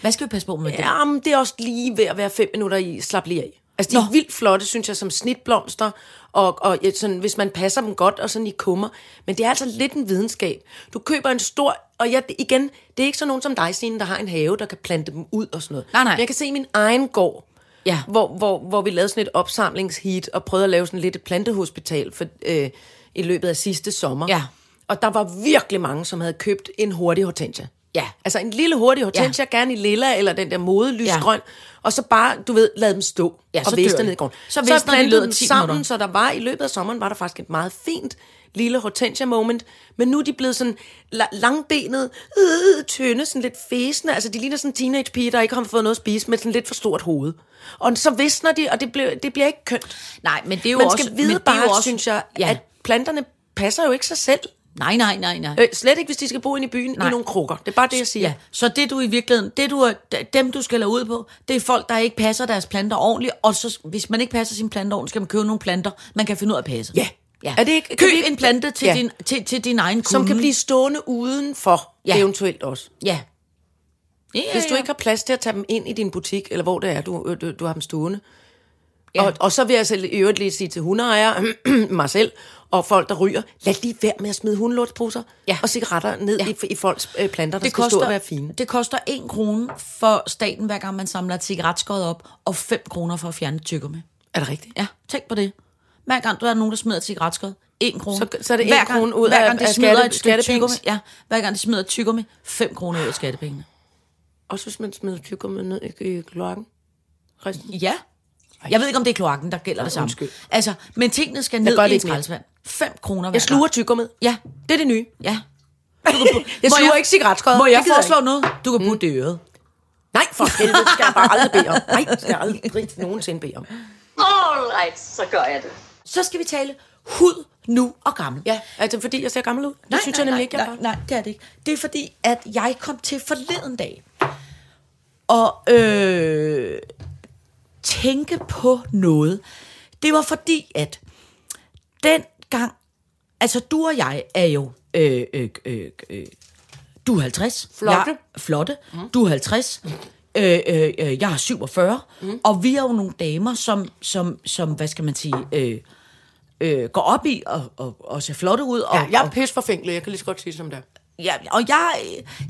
S4: Hvad skal vi passe på med det?
S3: Ja, men det er også lige ved at være fem minutter i. Slap lige af. Altså,
S4: Nå.
S3: de er vildt flotte, synes jeg, som snitblomster, og, og ja, sådan, hvis man passer dem godt, og sådan i kummer. Men det er altså lidt en videnskab. Du køber en stor, og jeg, igen, det er ikke sådan nogen som dig, Signe, der har en have, der kan plante dem ud og sådan noget.
S4: Nej, nej.
S3: Men Jeg kan se min egen gård,
S4: Ja.
S3: hvor, hvor, hvor vi lavede sådan et opsamlingsheat, og prøvede at lave sådan lidt et plantehospital for, øh, i løbet af sidste sommer.
S4: Ja.
S3: Og der var virkelig mange, som havde købt en hurtig hortensia.
S4: Ja.
S3: Altså en lille hurtig hortensia, ja. gerne i lilla eller den der mode lysgrøn, ja. og så bare, du ved, lad dem stå
S4: Ja, så
S3: og
S4: dør
S3: væste
S4: de.
S3: ned i gården.
S4: Så visner de i løbet af
S3: plantede dem
S4: 10
S3: sammen,
S4: minutter.
S3: så der var i løbet af sommeren, var der faktisk et meget fint lille hortensia moment, men nu er de blevet sådan la- langbenet, øh, tynde, sådan lidt fæsende, altså de ligner sådan en teenage pige, der ikke har fået noget at spise, men sådan lidt for stort hoved. Og så visner de, og det, blev, det bliver ikke kønt.
S4: Nej, men det er jo
S3: Man
S4: også...
S3: skal
S4: men
S3: vide
S4: det er jo
S3: bare,
S4: også-
S3: synes jeg,
S4: Ja.
S3: ja. at planterne passer jo ikke sig selv.
S4: Nej, nej, nej, nej.
S3: Øh, slet ikke, hvis de skal bo inde i byen
S4: Nej.
S3: i nogle krukker. Det er bare det, jeg siger.
S4: Ja, så det du i virkeligheden, det du, er- dem du skal lade ud på, det er folk, der ikke passer deres planter ordentligt, og så, hvis man ikke passer sine planter ordentligt, skal man købe nogle planter, man kan finde ud af at passe.
S3: Ja.
S4: ja.
S3: Er det ikke- kan
S4: Køb
S3: vi ikke-
S4: en plante til, ja.
S3: Ja.
S4: din, til, til din egen kunde.
S3: som kan blive stående udenfor,
S4: Ja.
S3: ja. eventuelt også.
S4: Ja. ja
S3: Hvis du ikke har plads til at tage dem ind i din butik, eller hvor det er, du, øh, du, du har dem stående.
S4: Ja.
S3: Ja. Og, og så vil jeg så i øvrigt lige sige til hundeejere, *clears throat* mig selv, og folk, der ryger, lad lige være med at smide hundelortposer
S4: Ja.
S3: ja. og cigaretter ned
S4: Ja.
S3: ja. i, i folks øh, planter, der
S4: det
S3: skal koster, stå
S4: koster,
S3: og være fine.
S4: det koster 1 krone for staten, hver gang man samler et cigaretskod op, og 5 kroner for at fjerne tykker med.
S3: Er det rigtigt?
S4: Ja, tænk på det. Hver gang der er nogen, der smider et cigaretskod, 1 krone.
S3: Så- så er det en
S4: Hver gang-
S3: krone ud
S4: hver
S3: af-
S4: gang, de
S3: af
S4: smider
S3: skatte-
S4: et stykke
S3: skattepenge.
S4: tyggegummi- Ja, hver gang de smider et tykker med, 5 kroner ud af skattepengene.
S3: Også hvis man smider tyggegummi ned i, i kloakken. Christen.
S4: Ja. Jeg ved ikke, om det er kloakken, der gælder det samme.
S3: undskyld.
S4: Altså, men tingene skal
S3: gør
S4: ned
S3: det
S4: i et
S3: ikke mere.
S4: skraldespand. 5 kroner hver
S3: Jeg sluger
S4: gang.
S3: tyggegummi.
S4: Ja,
S3: Det er det nye.
S4: ja.
S3: Jeg
S4: Må
S3: sluger
S4: jeg-
S3: ikke cigaretskåret.
S4: Må jeg Mm. foreslå noget? Du kan putte det i øret.
S3: Nej, for helvede, det skal jeg bare aldrig bede om. Nej, det skal jeg aldrig nogensinde bede om.
S2: Alright, så gør jeg det.
S4: Så skal vi tale hud nu og gammel.
S3: Ja, er det fordi, jeg ser gammel ud? Det
S4: Nej,
S3: synes
S4: nej,
S3: jeg nemlig
S4: nej,
S3: ikke, jeg
S4: nej, nej,
S3: gør.
S4: det er det ikke. Det er fordi, at jeg kom til forleden dag og øh, tænke på noget. Det var fordi, at den gang, altså du og jeg er jo, øh, øh, øh, øh, du er 50.
S3: Flotte. Mhm.
S4: Jeg, flotte. Mm. Du er 50. Øh, øh, øh, jeg er 47.
S3: Mhm.
S4: Mm. Og vi er jo nogle damer, som, som, som hvad skal man sige, øh, øh, går op i og, og, og ser flotte ud. Og,
S3: Ja, jeg er pisforfængelig, jeg kan lige så godt sige det som det er.
S4: Ja, og jeg,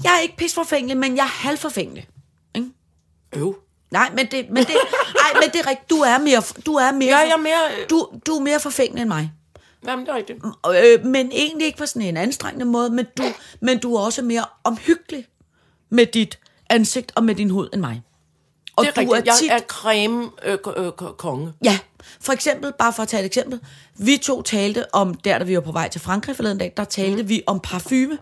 S4: jeg er ikke pisforfængelig, men jeg er halvforfængelig. Ikke?
S3: Øv.
S4: Nej, men det,
S3: *laughs*
S4: men det, ej, men det er rigtigt. Du er mere, du er mere,
S3: Ja, jeg er mere, øh.
S4: du, du er mere forfængelig end mig.
S3: Jamen, det er rigtigt.
S4: Øh, men egentlig ikke på sådan en anstrengende måde, men du, men du er også mere omhyggelig med dit ansigt og med din hud end mig. Og
S3: det er
S4: du
S3: rigtigt.
S4: er tit
S3: Jeg er creme øh, k- øh, k- konge.
S4: Ja, for eksempel, bare for at tage et eksempel, vi to talte om, der da vi var på vej til Frankrig forleden dag, der talte mm. vi om parfume.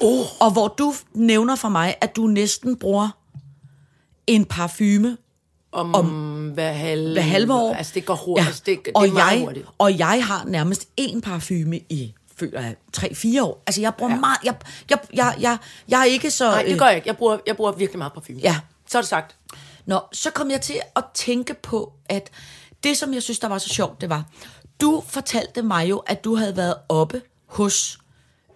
S4: Oh. Og hvor du f- nævner for mig, at du næsten bruger en parfume
S3: Hver halve,
S4: hver halve år.
S3: Altså, det går hurtigt. Ja. Altså, det, det
S4: og
S3: er meget
S4: jeg,
S3: hurtigt.
S4: Og jeg har nærmest én parfume i føler jeg, 3-4 år. Altså, jeg bruger ja. meget... Jeg, jeg, jeg, jeg, jeg er ikke så...
S3: Nej, det
S4: øh,
S3: gør jeg ikke. Jeg bruger, jeg bruger virkelig meget parfume.
S4: Ja.
S3: Så er det sagt.
S4: Nå, så kom jeg til at tænke på, at det, som jeg synes, der var så sjovt, det var, du fortalte mig jo, at du havde været oppe hos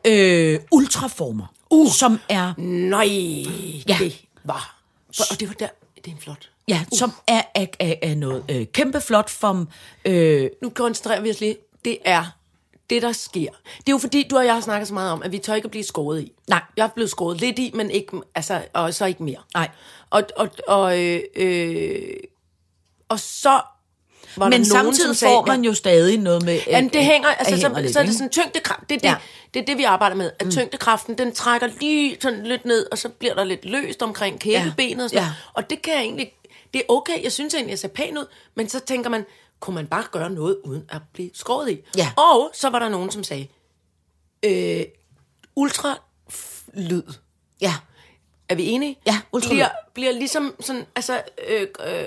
S4: øh, Ultraformer, uh. som er,
S3: Nej,
S4: Ja.
S3: ja. det var. For- Og det var der. Det er en flot.
S4: ja, uh. som er, er, er, er noget øh, kæmpe flot from, øh,
S3: Nu koncentrerer vi os lige. Det er det, der sker. Det er jo fordi, du og jeg har snakket så meget om, at vi tør ikke at blive skåret i.
S4: Nej.
S3: Jeg er blevet skåret lidt i, men ikke, altså, og så ikke mere.
S4: Nej.
S3: Og, og, og, øh, øh, og så var der
S4: men
S3: nogen,
S4: samtidig
S3: som sagde,
S4: får man jo stadig noget med... øh,
S3: Ja, men det hænger, altså,
S4: af
S3: så,
S4: hænder lidt,
S3: så er det
S4: ikke?
S3: sådan tyngdekraft. Det er det,
S4: Ja. Mm.
S3: ja. det er det, vi arbejder med. At tyngdekraften, den trækker lige sådan lidt ned, og så bliver der lidt løst omkring kæbebenet. Og, sådan.
S4: Ja.
S3: noget. og det kan jeg egentlig, det er okay, jeg synes egentlig, jeg ser pæn ud, men så tænker man, kunne man bare gøre noget, uden at blive skåret i?
S4: Ja.
S3: Og så var der nogen, som sagde, øh, ultralyd,
S4: Ja,
S3: er vi enige?
S4: Ja, ultralyd.
S3: Bliver, bliver ligesom sådan, altså, øh, øh,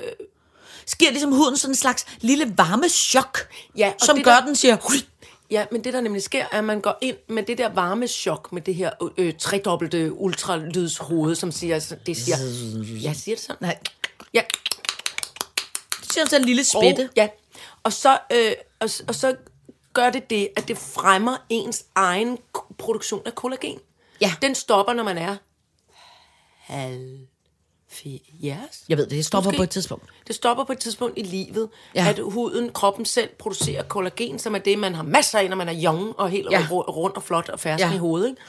S4: sker ligesom huden sådan en slags lille varme chok,
S3: Ja, og
S4: som
S3: det
S4: gør,
S3: der-
S4: den siger... "Hui!"
S3: Ja, men det der nemlig sker, er, at man går ind med det der varmechok, med det her øh, tredobbelte ultralydshoved, som siger, altså, det siger, jeg siger det sådan, nej, ja,
S4: Så siger den sådan en lille
S3: og,
S4: spætte.
S3: ja. Og så, øh, og, s- og så gør det det, at det fremmer ens egen k- produktion af kollagen.
S4: Ja.
S3: Den stopper, når man er halvfjerds.
S4: Jeg ved det, det stopper
S3: Måske.
S4: på et tidspunkt.
S3: Det stopper på et tidspunkt i livet,
S4: Ja.
S3: ja. at huden, kroppen selv producerer kollagen, som er det, man har masser af, når man er young og helt
S4: Ja.
S3: ja. rund og flot og færdig
S4: Ja.
S3: ja. i hovedet. Ikke?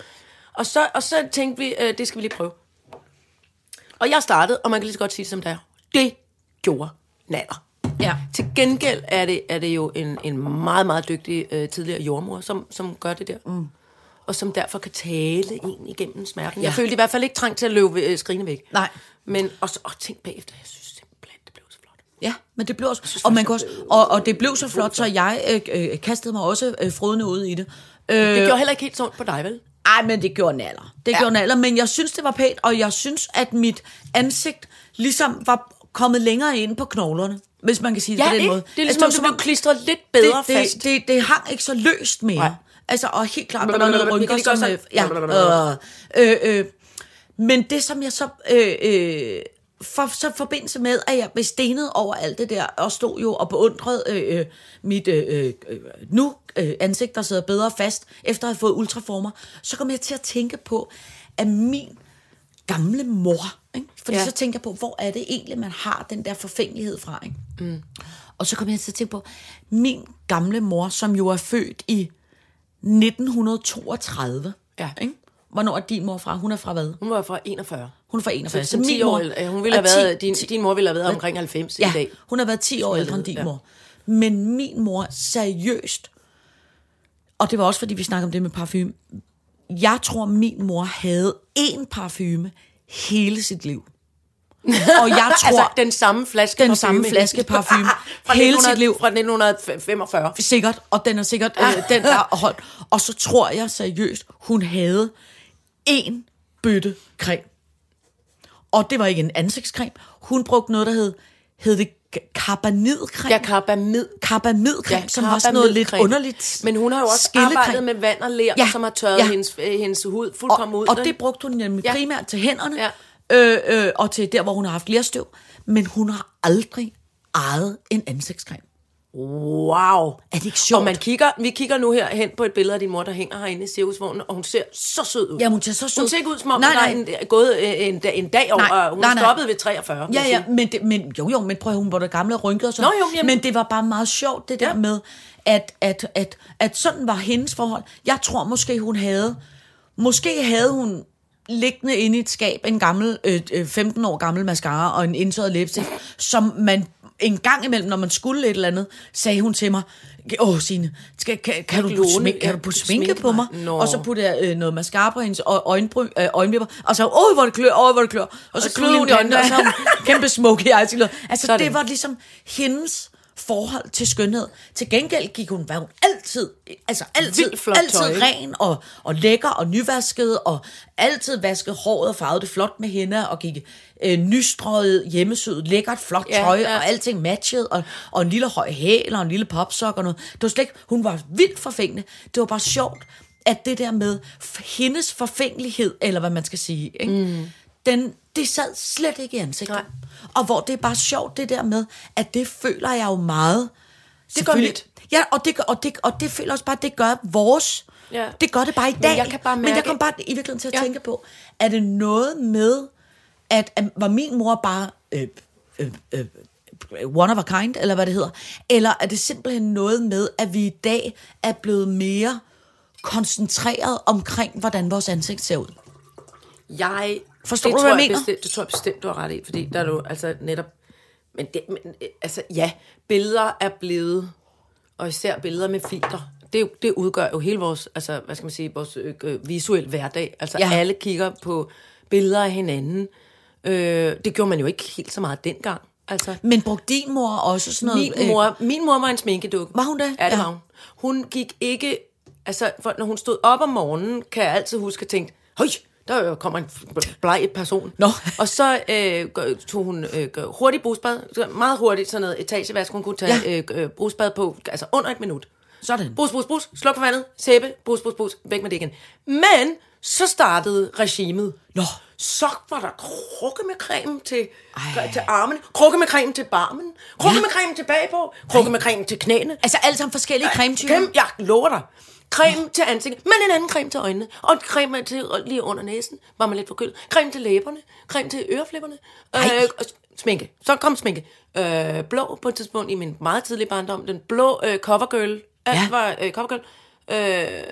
S3: Og, så, og så tænkte vi, øh, det skal vi lige prøve. Og jeg startede, og man kan lige så godt sige det, som det er. Det gjorde natter.
S4: Ja.
S3: Til gengæld er det, er det jo en, en meget, meget dygtig øh, tidligere jordmor, som, som gør det der. Mm. Og som derfor kan tale en igennem smerten. Ja.
S4: Ja.
S3: Jeg følte i hvert fald ikke trang til at løbe øh, skrigende væk.
S4: Nej.
S3: Men, og, så, og tænk bagefter, jeg synes simpelthen, det blev så flot.
S4: Ja, men det blev også, og, man kunne også, og, og det blev så flot, så jeg øh, øh, kastede mig også øh, frodende ud i det. Øh,
S3: Det gjorde heller ikke helt sundt på dig, vel?
S4: ej, men det gjorde naller. Det ja. gjorde naller, men jeg synes, det var pænt, og jeg synes, at mit ansigt ligesom var kommet længere ind på knoglerne, hvis man kan sige det på den
S3: ikke?
S4: måde.
S3: Det er
S4: Altså,
S3: ligesom, om du
S4: var
S3: blev klistret lidt bedre
S4: det,
S3: fast.
S4: Det, det, det hang ikke så løst mere.
S3: Nej.
S4: Altså, og helt klart, der var
S3: Blablabla,
S4: noget
S3: vi kan
S4: rynker,
S3: lige
S4: som...
S3: gøre
S4: øh,
S3: sådan.
S4: Ja, øh, øh, øh. Men det, som jeg så... Øh, øh, for, så i forbindelse med, at jeg blev stenet over alt det der, og stod jo og beundrede øh, øh, mit øh, øh, øh, nu øh, ansigt, der sidder bedre fast, efter at have fået ultraformer, så kom jeg til at tænke på, at min gamle mor, ikke? fordi ja.
S3: Ja.
S4: så tænker jeg på, hvor er det egentlig, man har den der forfængelighed fra, ikke? Mm. Og så kom jeg til at tænke på, min gamle mor, som jo er født i 1932.
S3: Ja.
S4: Ikke? Hvornår er din mor fra? Hun er fra hvad?
S3: Hun var fra 41.
S4: Hun er fra 41.
S3: Som 10 år, øh, hun ville have
S4: er
S3: været,
S4: 10
S3: din, din mor ville have været omkring 90
S4: ja,
S3: i dag.
S4: hun har været 10 år ældre end din
S3: ja.
S4: mor. Men min mor, seriøst, og det var også fordi, vi snakkede om det med parfume, jeg tror, min mor havde én parfume hele sit
S3: *laughs*
S4: liv. Og jeg tror,
S3: Altså, den samme flaske
S4: Den
S3: parfume.
S4: samme flaske parfume.
S3: *laughs* fra
S4: Hele
S3: 1900
S4: sit liv.
S3: Fra 1945.
S4: Sikkert, og den er sikkert, øh, den er holdt. Og så tror jeg seriøst, hun havde en bøtte creme. Og det var ikke en ansigtscreme. Hun brugte noget, der hed, hed det k- karbamidcreme.
S3: Ja, karbamid.
S4: karbamidcreme, ja, som var sådan noget lidt
S3: karbamidcreme.
S4: underligt.
S3: Men hun har jo også
S4: skillecreme.
S3: arbejdet med vand og ler,
S4: Ja,
S3: ja. som har tørret
S4: ja.
S3: ja. hendes, øh, hendes hud fuldkommen
S4: og,
S3: ud.
S4: og
S3: ikke?
S4: det brugte hun nemlig ja.
S3: Ja.
S4: primært til hænderne, ja.
S3: Ja.
S4: øh, øh, og til der, hvor hun har haft lerstøv. Men hun har aldrig ejet en ansigtscreme.
S3: Wow.
S4: Er det ikke sjovt?
S3: Og man kigger, vi kigger nu her hen på et billede af din mor, der hænger herinde i cirkusvognen, og hun ser så sød ud.
S4: Ja, hun ser så sød.
S3: Hun ser ikke ud, som om
S4: Nej, nej.
S3: nej, nej. der er en, gået øh, en, da- en dag over,
S4: Nej,
S3: og hun
S4: nej, nej.
S3: stoppede ved 43. vil
S4: Ja,
S3: jeg
S4: ja,
S3: sige.
S4: men, det, men jo, jo, men prøv at høre, hun var da gammel og rynket og sådan.
S3: Nå, jo, jamen.
S4: men det var bare meget sjovt, det der ja.
S3: Ja.
S4: med, at, at, at, at sådan var hendes forhold. Jeg tror måske, hun havde, måske havde hun liggende inde i et skab en gammel, øh, øh, 15 år gammel mascara og en indtørret læbstift, som man en gang imellem, når man skulle et eller andet, sagde hun til mig, åh Signe, skal, kan, kan, du
S3: Ikke
S4: putte
S3: låne,
S4: smink, kan
S3: ja,
S4: du putte sminke
S3: sminke
S4: på mig?
S3: mig? Nå.
S4: Og så puttede jeg øh, noget mascara på hendes ø- øjenbry, øh, øjenvipper, og så, åh hvor det klør, åh hvor det klør. Og så
S3: så
S4: kløede hun i
S3: lille
S4: øjnene, og så
S3: panda.
S4: havde hun kæmpe smoky eyes. i låret. Altså
S3: Sådan.
S4: det var ligesom hendes forhold til skønhed. Til gengæld gik hun, var hun altid, altså altid,
S3: Vildt flot
S4: altid
S3: tøj, ikke?
S4: ren og, og lækker og nyvasket, og altid vasket håret og farvede det flot med hende, og gik øh, nystrøget, hjemmesyet, lækkert, flot
S3: Ja,
S4: tøj,
S3: ja.
S4: og alting matchede, og, og en lille høj hæl, og en lille popsok og noget. Det var slet ikke, hun var vildt forfængende. Det var bare sjovt, at det der med f- hendes forfængelighed, eller hvad man skal sige, ikke? Mm. Den, det sad slet ikke i ansigtet.
S3: Nej.
S4: Og hvor det er bare sjovt, det der med, at det føler jeg jo meget. Det
S3: gør mit.
S4: Ja, og det, gør- og, det, og det føler også bare, at det gør vores.
S3: Ja.
S4: Det gør det bare i
S3: Men
S4: dag.
S3: jeg kan bare
S4: Men jeg
S3: mærke-
S4: kom bare i virkeligheden til at ja.
S3: Ja.
S4: tænke på, er det noget med, at, at var min mor bare øh, øh, øh, one of a kind, eller hvad det hedder? Eller er det simpelthen noget med, at vi i dag er blevet mere koncentreret omkring, hvordan vores ansigt ser ud?
S3: Jeg
S4: Forstår
S3: det
S4: du,
S3: tror
S4: hvad jeg mener?
S3: Bestemt, det tror jeg bestemt, du har ret i, fordi der er du altså netop... Men, det, men øh, altså, ja, billeder er blevet, og især billeder med filter, det, er jo- det udgør jo hele vores, altså, hvad skal man sige, vores øh, øh, visuel hverdag. Altså,
S4: Ja.
S3: ja. alle kigger på billeder af hinanden. Øh, det gjorde man jo ikke helt så meget dengang. Altså,
S4: Men brugte din mor også sådan noget? øh,
S3: Min mor, min mor var en sminkedukke.
S4: Var hun det?
S3: Ja, det
S4: Ja.
S3: var hun. Hun gik ikke... Altså, for når hun stod op om morgenen, kan jeg altid huske at tænke, høj, der kommer en bleg person.
S4: Nå.
S3: Og så øh, gør- tog hun øh, gør- hurtigt brusbad, Så meget hurtigt sådan noget etagevask, hun kunne tage
S4: Ja.
S3: ja. øh, øh, brusbad på, altså under et minut.
S4: Sådan.
S3: Brus, brus, brus, sluk for vandet, sæbe, brus, brus, brus, væk med det igen. Men så startede regimet.
S4: Nå.
S3: Så var der krukke med creme til,
S4: Ej.
S3: til armen, krukke med creme til barmen, krukke
S4: Ja.
S3: ja. med creme til bagpå, krukke med creme til knæene.
S4: Altså alt sammen forskellige cremetyper?
S3: Creme, jeg lover dig. Creme til ansigtet, men en anden creme til øjnene, og en creme til lige under næsen, var man lidt forkølet. Creme til læberne, creme til øreflipperne,
S4: Ej.
S3: øh, og s- sminke. Så kom sminke. Øh, blå på et tidspunkt i min meget tidlige barndom, den blå øh, covergirl. Alt
S4: Ja.
S3: ja. var øh, covergirl.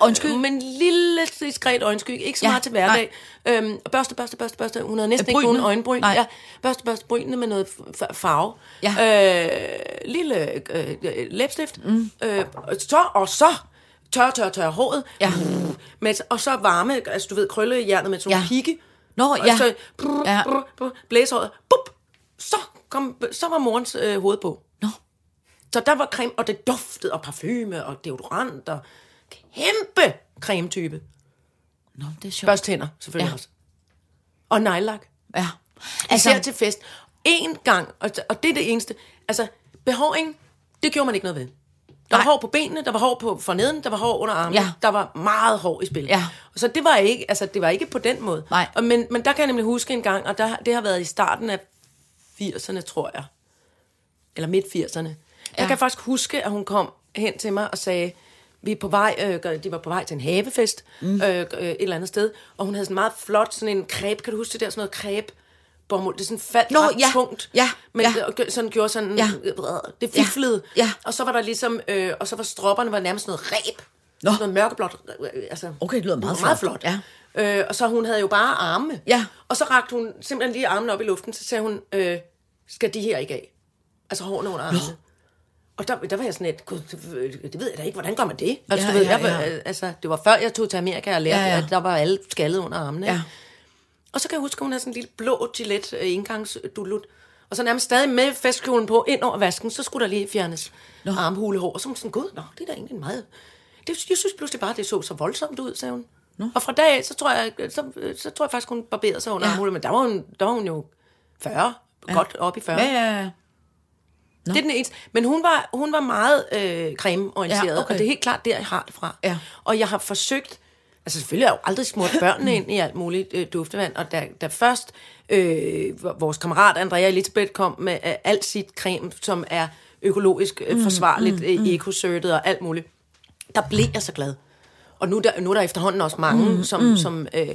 S4: Undsky.
S3: Men lille, diskret øjensky. Ikke så
S4: Ja,
S3: meget til hverdag. Øhm, og børste, børste, børste, børste. Hun havde næsten ikke
S4: brynene?
S3: nogen øjenbryn.
S4: Nej.
S3: Ja, børste, børste brynene med noget f- f- farve.
S4: Ja.
S3: Øh, lille øh, øh, læbstift. Mm. Øh, og så, og så tør, tør, tør håret.
S4: Ja.
S3: Med, og så varme, altså du ved, krøllehjernet med sådan nogle
S4: Ja.
S3: pigge.
S4: Nå,
S3: og
S4: ja.
S3: Så brr,
S4: Ja.
S3: ja. brr, brr, blæsehåret. Bup! Så, kom, så var morens øh, hoved på.
S4: Nå.
S3: Så der var creme, og det duftede, og parfume, og deodorant, og kæmpe cremetype.
S4: Nå, det er sjovt.
S3: Børst tænder, selvfølgelig
S4: Ja.
S3: ja. også. Og nejlak.
S4: Ja.
S3: Altså,
S4: Altså,
S3: Især til fest. En gang, og, og det er det eneste. Altså, behåring, det gjorde man ikke noget ved. Der var
S4: Nej.
S3: hår på benene, der var hår på forneden, der var hår under armen.
S4: Ja.
S3: Der var meget hår i spil.
S4: Ja.
S3: Så det var ikke, altså, det var ikke på den måde.
S4: Nej.
S3: Og, men, men der kan jeg nemlig huske en gang, og der, det har været i starten af 80'erne, tror jeg. Eller midt 80'erne. Ja.
S4: Ja.
S3: Jeg kan faktisk huske, at hun kom hen til mig og sagde, vi er på vej, øh, de var på vej til en havefest mm. øh, øh, et eller andet sted, og hun havde sådan meget flot, sådan en kræb, kan du huske det der, sådan noget kræb, bomuld, det er sådan faldt
S4: Nå,
S3: ret
S4: ja,
S3: tungt,
S4: ja,
S3: men
S4: ja.
S3: det- og gø- sådan gjorde sådan,
S4: Ja.
S3: ja. det fiflede,
S4: Ja, ja.
S3: og så var der ligesom, øh, og så var stropperne var nærmest sådan noget ræb,
S4: Nå.
S3: sådan noget mørkeblåt, øh, øh, altså,
S4: Okay, det lyder meget
S3: meget
S4: flot.
S3: flot. Ja. Øh, og så hun havde jo bare arme,
S4: Ja.
S3: og så rakte hun simpelthen lige armen op i luften, så sagde hun, øh, skal de her ikke af? Altså hårene under armene. Og der, der var jeg sådan lidt, "Gud, det ved jeg da ikke, hvordan gør man det? Altså,
S4: Ja,
S3: du ved,
S4: ja,
S3: jeg, var-
S4: ja.
S3: altså, det var før jeg tog til Amerika og lærte,
S4: Ja,
S3: ja,
S4: ja.
S3: ja. at der var alle skaldet under armene.
S4: Ja.
S3: ikke? Og så kan jeg huske, at hun havde sådan en lille blå gilet øh, engangsdulut. Og så nærmest stadig med festkjolen på ind over vasken, så skulle der lige fjernes
S4: Nå.
S3: nå. armhulehår. Og så var hun sådan, gud, nå, det er da egentlig en meget... Det, jeg synes pludselig bare, det så så voldsomt ud, sagde hun. Nå. Og fra dag af, så tror jeg, så, så tror jeg faktisk, hun barberede sig under
S4: Ja.
S3: ja. armhule. Men der var, hun, der var hun jo 40, ja. godt op i 40.
S4: ja, ja, ja.
S3: Det er den eneste. Men hun var, hun var meget øh, cremeorienteret,
S4: Ja,
S3: ja,
S4: okay.
S3: okay. og det er helt klart der, jeg har det fra.
S4: Ja.
S3: Og jeg har forsøgt... Altså selvfølgelig har jeg jo aldrig *laughs* smurt børnene ind i alt muligt øh, duftevand, og da, da først øh, vores kammerat Andrea Elisabeth kom med øh, alt sit creme, som er økologisk øh, forsvarligt, mm, mm, øh, ecocertet og alt muligt, der blev jeg så glad. Og nu er der, nu er der efterhånden også mange, mm, som, mm. som øh,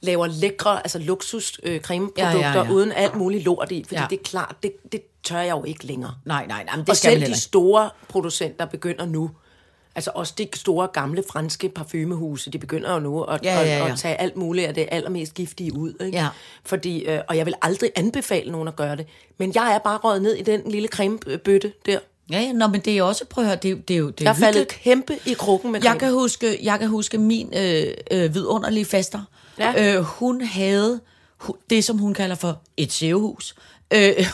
S3: laver lækre, altså luksus øh, cremeprodukter, ja, ja, ja. uden alt muligt lort i, fordi
S4: Ja.
S3: ja. det er klart, det, det tør jeg jo ikke længere.
S4: Nej, nej, nej, men det
S3: Og
S4: skal man
S3: selv
S4: heller
S3: de
S4: ikke.
S3: store producenter begynder nu Altså også de store, gamle franske parfumehuse, de begynder jo nu at,
S4: Ja, ja,
S3: at,
S4: ja.
S3: at tage alt muligt af det allermest giftige ud. Ikke?
S4: Ja.
S3: Fordi, øh, og jeg vil aldrig anbefale nogen at gøre det. Men jeg er bare røget ned i den lille cremebøtte der.
S4: Ja, ja, nå, men det er også, prøv at høre, det, er jo- det er jo det er
S3: Jeg er faldet
S4: hyggeligt.
S3: kæmpe i krukken med
S4: Jeg
S3: creme.
S4: kan huske, jeg kan huske min øh, øh, vidunderlige faster.
S3: Ja.
S4: Øh, hun havde hu- det, som hun kalder for et sævehus. Øh, ja.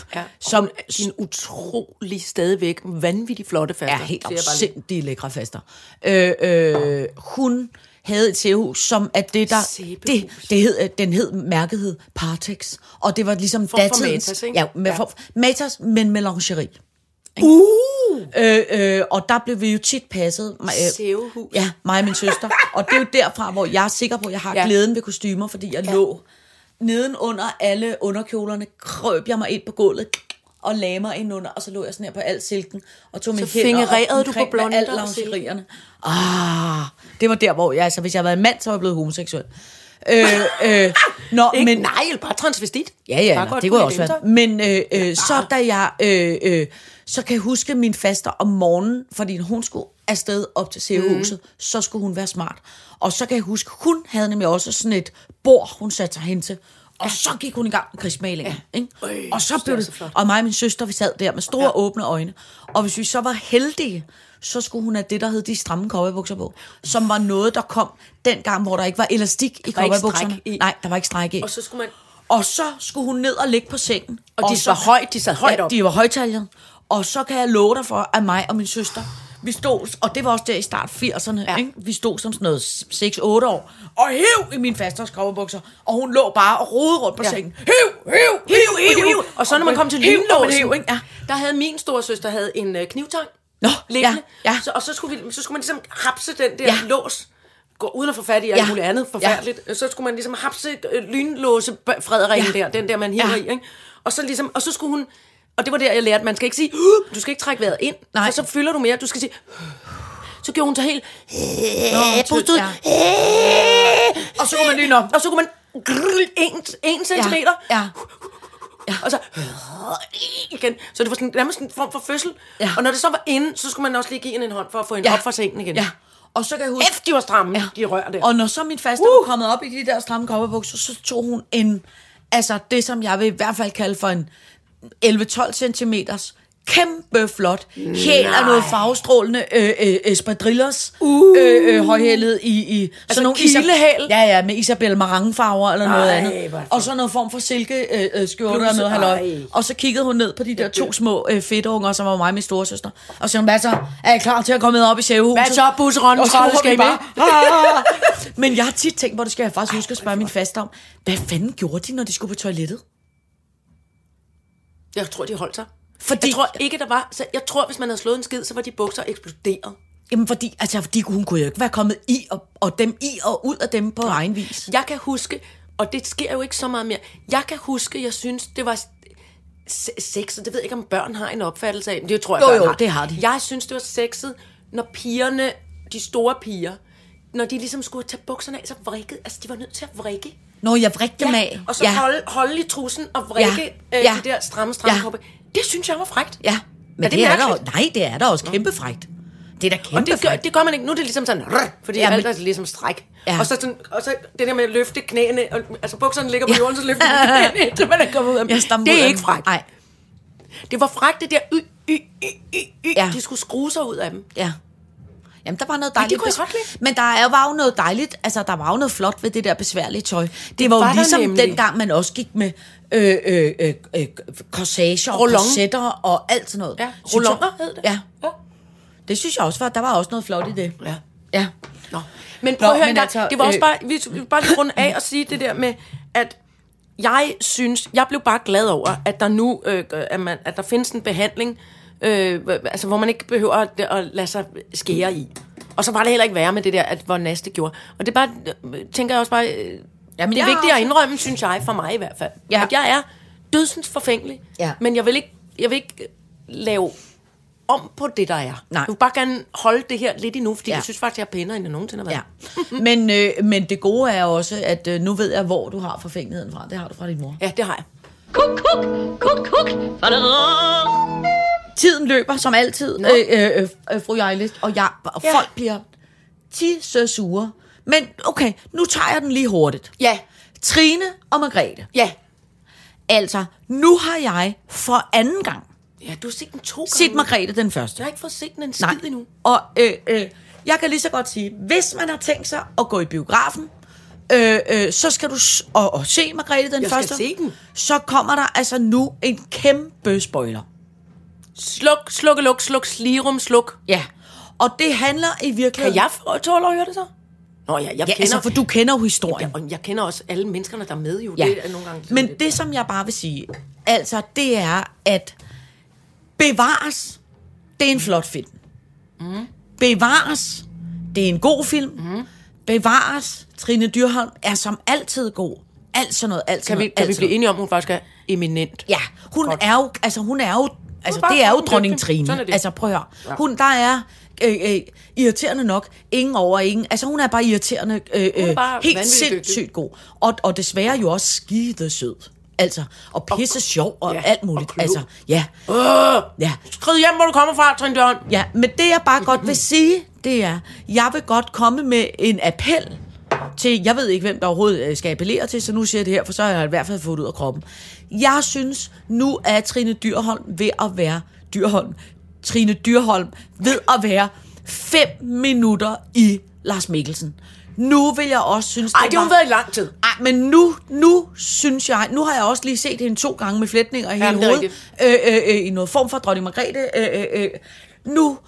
S4: Som
S3: Din utrolig stadigvæk vanvittig flotte faste.
S4: er helt afsindig lækre faster. Øh, øh, hun havde et sæbehus, som at det der...
S3: Sæbehus.
S4: Det, det hed, øh, den hed, mærket hed Partex. Og det var ligesom
S3: for
S4: datidens...
S3: Matas, ikke?
S4: Ja, med,
S3: Ja.
S4: For, Matas, men med lingerie.
S3: Uh!
S4: Øh, øh, og der blev vi jo tit passet. mig- øh,
S3: Sævehus.
S4: Ja, mig og min søster. og det er jo derfra, hvor jeg er sikker på, at jeg har ja.
S3: Ja.
S4: glæden ved kostymer, fordi jeg ja. lå nedenunder alle underkjolerne, krøb jeg mig ind på gulvet og lagde mig ind under, og så lå jeg sådan her på al silken, og tog så mine hænder op
S3: fingererede du på
S4: omkring med
S3: blonder
S4: al
S3: og silke?
S4: lingerierne. Ah, det var der, hvor jeg, altså hvis jeg havde været en mand, så var jeg blevet homoseksuel. øh, øh, nå,
S3: *laughs* Ikke? Men
S4: men,
S3: nej, eller bare transvestit.
S4: Ja, ja, nej, det kunne også være.
S3: Men,
S4: Men øh, øh, så da jeg, øh, øh, så kan jeg huske min faster om morgenen, fordi hun skulle afsted op til CEU-huset, mm. så skulle hun være smart. Og så kan jeg huske, hun havde nemlig også sådan et bord, hun satte sig hen til. Og så gik hun i gang med krigsmalingen. Ja. Ikke? Og så blev det,
S3: altså flot.
S4: og mig og min søster, vi sad der med store ja. åbne øjne. Og hvis vi så var heldige, så skulle hun have det, der hed de stramme cowboybukser på, som var noget, der kom dengang, hvor der ikke var elastik i
S3: var ikke
S4: cowboybukserne.
S3: stræk i.
S4: Nej, der var ikke stræk i.
S3: og så skulle man...
S4: Og så skulle hun ned og ligge på sengen.
S3: Og de
S4: så,
S3: var højt, de sad højt
S4: ja,
S3: op.
S4: de var højtalget. Og så kan jeg love dig for, at mig og min søster, vi stod, og det var også der i start 80'erne, ja. ikke? vi stod som sådan noget 6-8 år, og hæv i min fasters kravebukser, og hun lå bare og rodede rundt på
S3: Ja.
S4: ja. sengen. Hæv, hæv, hæv, hæv, hæv.
S3: Og så når man kom til
S4: Hæv, og man
S3: lynlåsen,
S4: hæv, ikke? Ja.
S3: der havde min storesøster havde en øh, knivtang
S4: Nå,
S3: liggende.
S4: ja, ja.
S3: Så, og så skulle, vi, så skulle man ligesom hapse den
S4: Ja.
S3: der ja. lås. Gå, uden at få fat i alt
S4: Ja.
S3: ja. muligt andet forfærdeligt. Ja. Så skulle man ligesom hapse øh, lynlåse b- Frederikken
S4: Ja.
S3: ja. der, den der man hiver
S4: Ja.
S3: ja. i. Ikke? Og, så ligesom, og så skulle hun... Og det var der, jeg lærte, at man skal ikke sige, "Huh!" du skal ikke trække vejret ind,
S4: Nej.
S3: for så fylder du mere. Du skal sige, "Huh!" så gjorde hun så helt...
S4: Nå,
S3: pust ud.
S4: ja. Og så kunne man lige nå.
S3: Og så kunne man grrr, en, en centimeter, ja.
S4: Ja.
S3: og så øh, igen. Så det var sådan, nærmest en form for fødsel.
S4: Ja.
S3: Ja. Og når det så var inde, så skulle man også lige give hende en hånd for at få hende
S4: Ja.
S3: ja. op fra sengen igen.
S4: ja. Og så kan jeg huske,
S3: F, de var stramme, ja. de rør der.
S4: Og når så min faste uh! var kommet op i de der stramme kopperbukser, så tog hun en, altså det som jeg vil i hvert fald kalde for en 11-12 cm kæmpe flot, helt af noget farvestrålende øh, øh, espadrilles uh. øh, øh, højhældet i, i sådan
S3: Altså
S4: Isa-
S3: kilehæl?
S4: Ja, ja, med Isabel Marangefarver eller noget
S3: Nej,
S4: andet.
S3: hvor er det
S4: Og så noget form for silke øh, øh, skjorte og
S3: Bluse,
S4: noget halløj.
S3: ej.
S4: Og så kiggede hun ned på de der to små øh, fedtunger, som var mig og min storesøster. Og så sagde hun, hvad så? Er I klar til at komme med op i sævehuset?
S3: Hvad så, busseronden,
S4: Og så råber
S3: skal
S4: vi
S3: I med?
S4: bare, "Ah!" Men jeg har tit tænkt på, det skal jeg faktisk huske at spørge min faste om. Hvad fanden gjorde de, når de skulle på toilettet?
S3: *laughs* Jeg tror, de holdt sig.
S4: Fordi,
S3: Jeg tror ikke, der var... Så jeg tror, hvis man havde slået en skid, så var de bukser eksploderet.
S4: jamen fordi, altså, fordi hun kunne jo ikke være kommet i og, og dem i og ud af dem på egen vis.
S3: Jeg kan huske, og det sker jo ikke så meget mere, jeg kan huske, jeg synes, det var se- sexet. Det ved jeg ikke, om børn har en opfattelse af, men det tror jeg,
S4: Jo,
S3: børn
S4: jo,
S3: har.
S4: det har de.
S3: Jeg synes, det var sexet, når pigerne, de store piger, når de ligesom skulle tage bukserne af, så vrikkede, altså de var nødt til at vrikke.
S4: Når jeg vrigte dem af.
S3: og så ja. holde, holde i trussen og vrikke
S4: Ja.
S3: ja. Øh,
S4: Ja.
S3: ja. de der stramme, stramme
S4: Ja.
S3: ja. kroppe. Det synes jeg var frægt.
S4: Ja, men
S3: Er
S4: det,
S3: det
S4: det er der,
S3: mærkeligt?
S4: nej, det er der også kæmpe frægt. Det er da kæmpe
S3: Og det gør,
S4: frægt.
S3: det gør man ikke. Nu er det ligesom sådan, rrr, fordi
S4: Ja,
S3: ja,
S4: men-
S3: alt er ligesom stræk.
S4: Ja.
S3: Ja. Og, så sådan, og så det der med at løfte knæene, og, altså bukserne ligger på jorden, så løfter man
S4: *laughs*
S3: knæene, indtil man er kommet ud af dem.
S4: Jeg stammer
S3: Det
S4: ud
S3: er
S4: af
S3: ikke
S4: den.
S3: frækt.
S4: Nej,
S3: Det var frækt, det der y, y, y, y, y.
S4: Ja.
S3: Ja. De skulle skrue sig ud af dem.
S4: Ja. Jamen, der var noget dejligt.
S3: det kunne jeg
S4: bes-
S3: godt lide.
S4: Men der er- var jo noget dejligt, altså der var jo noget flot ved det der besværlige tøj. Det, det var,
S3: var
S4: jo
S3: der
S4: ligesom
S3: nemlig.
S4: dengang, man også gik med øh, øh, øh, øh, corsager og
S3: Rollon.
S4: korsetter og alt sådan noget.
S3: Ja,
S4: Synes jeg-
S3: rolloner hed det.
S4: Ja,
S3: Ja.
S4: det synes jeg også var, der var også noget flot i det.
S3: ja.
S4: Ja.
S3: Nå. Men prøv Nå, at høre
S4: men
S3: en gang.
S4: altså,
S3: Altså, det var også
S4: øh,
S3: bare, vi, vi vil bare lige runde af og sige det der med, at jeg synes, jeg blev bare glad over, at der nu, øh, at, man, at der findes en behandling, øh, altså, hvor man ikke behøver at, at lade sig skære i. Og så var det heller ikke værre med det der, at hvor næste gjorde. Og det er bare, øh, tænker jeg også bare, øh,
S4: Jamen,
S3: det er
S4: jeg
S3: vigtigt
S4: har
S3: at indrømme, synes jeg, for mig i hvert fald.
S4: Ja.
S3: At jeg er dødsens forfængelig,
S4: Ja.
S3: men jeg vil ikke, jeg vil ikke lave om på det, der er.
S4: Nej.
S3: Jeg vil bare gerne holde det her lidt endnu, fordi
S4: Ja.
S3: ja. jeg synes faktisk, jeg er pænere, end jeg nogensinde har været.
S4: Ja. Men, øh, men det gode er også, at øh, nu ved jeg, hvor du har forfængeligheden fra. Det har du fra din mor.
S3: Ja, det har jeg.
S2: Kuk, kuk, kuk, kuk. Fader.
S4: Tiden løber, som altid, øh, øh, øh, øh, fru Jejlist, og, jeg, og
S3: Ja.
S4: ja. folk bliver tisse sure. Men okay, nu tager jeg den lige hurtigt.
S3: Ja.
S4: Trine og Margrethe.
S3: Ja.
S4: Altså, nu har jeg for anden gang
S3: Ja, du har set den to gange.
S4: set Margrethe den første.
S3: Jeg har ikke fået set den en
S4: Nej.
S3: skid endnu.
S4: Og øh, øh, jeg kan lige så godt sige, hvis man har tænkt sig at gå i biografen, øh, øh, så skal du s- og, og se Margrethe den
S3: Jeg skal
S4: første.
S3: se den.
S4: Så kommer der altså nu en kæmpe spoiler.
S3: Sluk, sluk, luk, sluk, slirum, sluk.
S4: Ja. Og det handler i virkeligheden...
S3: Kan jeg få- tåle at høre det så? Nå ja, jeg
S4: Ja,
S3: kender...
S4: altså, for du kender jo historien.
S3: Og jeg kender også alle menneskerne, der er med jo.
S4: Ja.
S3: Det er nogle gange sådan
S4: Men
S3: lidt-
S4: det, som jeg bare vil sige, altså, det er, at bevares, det er en flot film. Mm. Bevares, det er en god film. Mm. Bevares, Trine Dyrholm er som altid god. Alt sådan noget, alt sådan
S3: Kan vi,
S4: noget,
S3: kan
S4: alt
S3: vi
S4: sådan
S3: blive enige om, at hun faktisk er eminent?
S4: altså- Ja, hun
S3: Godt.
S4: Godt. er jo, altså hun er jo, altså
S3: bare
S4: det er jo
S3: fucking
S4: dronning
S3: dygtig.
S4: Trine.
S3: Sådan er det.
S4: Altså prøv at høre. Hun, der er øh, øh, irriterende nok, ingen over ingen. Altså hun er bare irriterende, øh,
S3: er
S4: øh,
S3: bare
S4: helt
S3: vanvittigt dygtig.
S4: sindssygt god. Og, og desværre jo også skide sød. Altså, og pisse sjov og
S3: ja,
S4: ja, alt muligt.
S3: og klog.
S4: altså, ja. Ja.
S3: Skrid hjem, hvor du kommer fra, Trine Dørn.
S4: Ja, men det jeg bare godt vil sige, det er, jeg vil godt komme med en appel til, jeg ved ikke, hvem der overhovedet øh, skal appellere til, så nu siger jeg det her, for så har jeg i hvert fald fået det ud af kroppen. Jeg synes, nu er Trine Dyrholm ved at være Dyrholm. Trine Dyrholm ved at være fem minutter i Lars Mikkelsen. Nu vil jeg også synes,
S3: Ej, det har hun været i lang tid.
S4: Ej, men nu, nu synes jeg, nu har jeg også lige set hende to gange med flætninger i hele
S3: Jamen, det er
S4: hovedet, øh, øh, øh, i noget form for dronning Margrethe. Øh, øh, øh. Nu,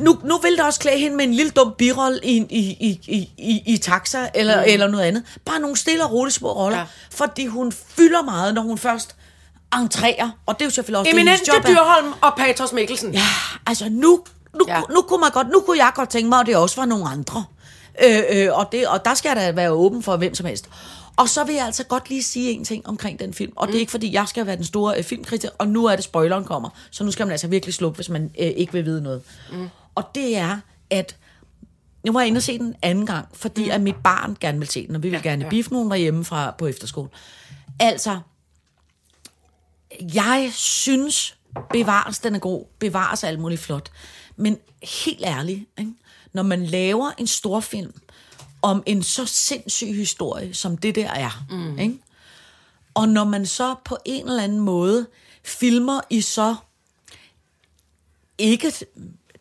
S4: nu, nu vil der også klæde hende med en lille dum birolle i, en- i, i, i, i, i taxa eller, mm. eller noget andet. Bare nogle stille og rolige små roller,
S3: Ja.
S4: ja. fordi hun fylder meget, når hun først entrerer, og det er jo selvfølgelig også det, hendes
S3: Eminente
S4: job er.
S3: Dyrholm og Patros Mikkelsen. Ja.
S4: Altså nu, nu,
S3: Ja.
S4: ja. nu kunne man godt, nu kunne jeg godt tænke mig, at det også var nogle andre. Øh, øh, og, det, og der skal jeg da være åben for hvem som helst. Og så vil jeg altså godt lige sige en ting omkring den film, og mm. det er ikke fordi, jeg skal være den store øh, filmkritiker, og nu er det spoileren kommer, så nu skal man altså virkelig slukke, hvis man øh, ikke vil vide noget. Mm. Og det er, at nu var jeg inde og se den anden gang, fordi mm. at mit barn gerne vil se den, og vi vil ja, gerne ja. biffe nogen derhjemme fra, på efterskole. Altså, jeg synes, bevares den er god, bevares alt muligt flot. Men helt ærligt, ikke? når man laver en stor film om en så sindssyg historie, som det der er, mm. ikke? og når man så på en eller anden måde filmer i så ikke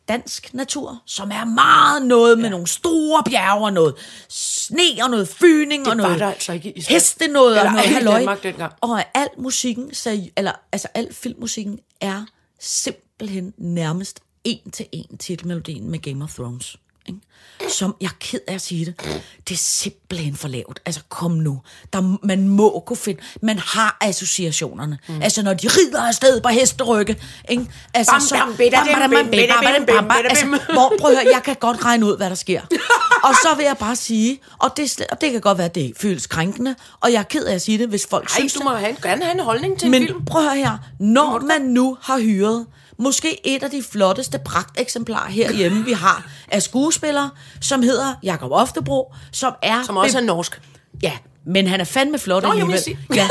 S4: dansk natur, som er meget noget med ja. nogle store bjerge og noget sne og noget fyning og
S3: var
S4: noget
S3: der altså ikke i Island.
S4: heste noget
S3: Eller
S4: og noget
S3: i
S4: halløj.
S3: Danmark dengang.
S4: Og at al musikken, seri- eller, altså al filmmusikken er simpelthen nærmest en til en titelmelodien med Game of Thrones. Ikke? Som, jeg er ked af at sige det, det er simpelthen for lavt. Altså kom nu, der, man må kunne finde, man har associationerne. Mm. Altså når de rider afsted på hesterygge, ikke? Altså,
S3: Bam,
S4: så-
S3: bam, bidda,
S4: bam, bam,
S3: dim, bim,
S4: bam,
S3: bidda,
S4: bam, bam,
S3: bim, bim,
S4: bam,
S3: bidda,
S4: altså,
S3: bim.
S4: hvor, prøv at høre, jeg kan godt regne ud, hvad der sker. Og så vil jeg bare sige, og det, er slet- og det kan godt være, at det føles krænkende, og jeg er ked af at sige det, hvis folk
S3: Ej,
S4: synes
S3: du
S4: det.
S3: må have en, gerne have en holdning til en film.
S4: Men prøv at høre her, når man nu har hyret måske et af de flotteste pragteksemplarer herhjemme, vi har af skuespillere, som hedder Jakob Oftebro, som er...
S3: Som også er norsk.
S4: Ja, men han er fandme flot
S3: Nå, jeg må
S4: alligevel.
S3: sige.
S4: ja,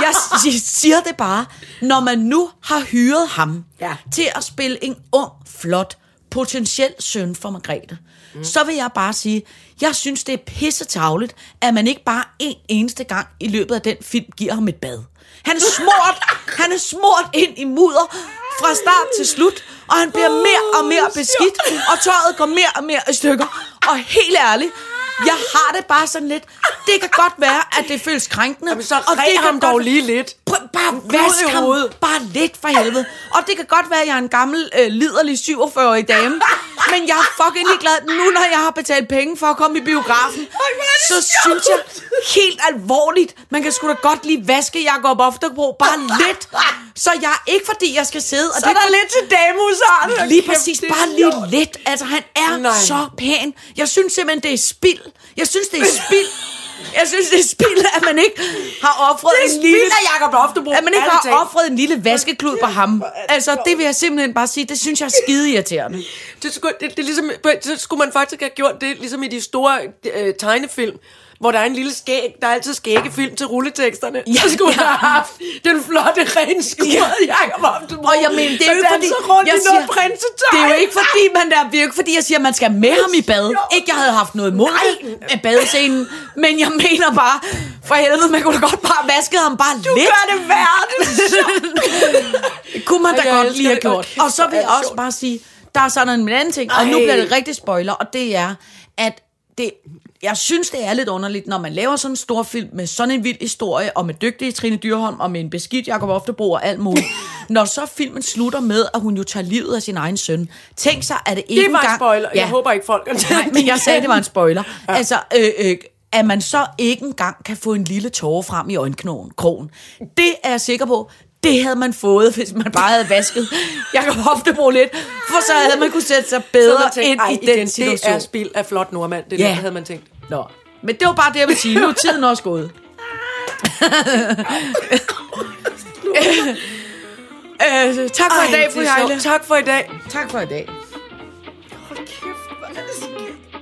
S4: jeg si- siger det bare. Når man nu har hyret ham
S3: Ja.
S4: til at spille en ung, flot, potentiel søn for Margrethe, mm. så vil jeg bare sige, jeg synes, det er pissetavligt, at man ikke bare en eneste gang i løbet af den film giver ham et bad. Han er smurt, han er smurt ind i mudder fra start til slut, og han bliver mere og mere beskidt, og tøjet går mere og mere i stykker. Og helt ærligt, jeg har det bare sådan lidt, det kan godt være, at det føles krænkende.
S3: Jamen, så
S4: og det
S3: ræg
S4: kan
S3: ham
S4: godt-
S3: dog lige lidt.
S4: Prøv, bare
S3: i
S4: vask ham
S3: hovedet.
S4: bare lidt for helvede. Og det kan godt være, at jeg er en gammel, øh, liderlig 47-årig dame, men jeg er fucking ligeglad. Nu, når jeg har betalt penge for at komme i biografen, så synes jeg helt alvorligt, man kan sgu da godt lige vaske Jacob Oftebro bare lidt. Så jeg ikke, fordi jeg skal sidde... Og så det er der lidt til damehusaren. Lige præcis, bare lige lidt. Altså, han er
S3: Nej.
S4: Nej. så pæn. Jeg synes simpelthen, det er spild. Jeg synes, det er spild. Jeg synes, det er spild, at man ikke har offret
S3: Det er
S4: en lille...
S3: spild af Jacob Oftebro.
S4: At man ikke
S3: Ærligt
S4: har
S3: talt.
S4: offret en lille vaskeklud på ham. Altså, det vil jeg simpelthen bare sige, det synes jeg er skide irriterende.
S3: Det skulle, det, det er ligesom, så skulle man faktisk have gjort det, ligesom i de store øh, tegnefilm. hvor der er en lille skæg. Der er altid skæggefilm til rulleteksterne. Ja,
S4: Ja,
S3: så skulle ja.
S4: ja.
S3: have haft den flotte, renskudrede ja. Jakob Oftebro.
S4: Og jeg mener, det er jo ikke fordi...
S3: rundt i noget
S4: siger-
S3: prinsetøj.
S4: Det er jo ikke fordi, man der, det er jo ikke fordi, jeg siger, at man skal med ham i bad. Ikke, jeg havde haft noget imod det med badescenen, men jeg mener bare, for helvede, man kunne da godt bare vaske ham bare du lidt.
S3: gør det
S4: *laughs*
S3: værre, det er
S4: kunne man da
S3: Ej, jeg
S4: godt
S3: elsker
S4: lige have
S3: det.
S4: gjort.
S3: Okay,
S4: Og så
S3: hvor
S4: vil
S3: er
S4: jeg
S3: det
S4: også
S3: sjovt.
S4: bare sige, der er sådan en anden ting, og nu
S3: Ej.
S4: bliver det rigtig spoiler, og det er, at det, jeg synes, det er lidt underligt, når man laver sådan en stor film med sådan en vild historie, og med dygtige Trine Dyrholm, og med en beskidt Jacob Oftebro og alt
S3: *laughs*
S4: muligt. når så filmen slutter med, at hun jo tager livet af sin egen søn. Tænk sig, at det ikke
S3: Det var en
S4: engang-
S3: spoiler. Jeg håber ikke, folk...
S4: Nej,
S3: *laughs*
S4: men jeg sagde, *laughs* det var en spoiler. *laughs* Ja. Altså, øh, øh, at man så ikke engang kan få en lille tårer frem i øjenknogen. Krogen. Det er jeg sikker på, det havde man fået, hvis man bare havde vasket *laughs* Jakob Hoftebro lidt, for så havde man kunne sætte sig
S3: Så
S4: bedre
S3: man tænkte,
S4: ind
S3: ej,
S4: i den
S3: igen,
S4: situation.
S3: det er spild af flot nordmand. Det er
S4: Ja.
S3: det, havde man tænkt.
S4: Nå. Men det var bare det, jeg ville sige. Nu er tiden også gået. *laughs* øh, tak for i dag, fru
S3: det er sjovt.
S4: Heile.
S3: Tak for i dag.
S4: Tak for i dag.
S3: Hold kæft, hvor er det så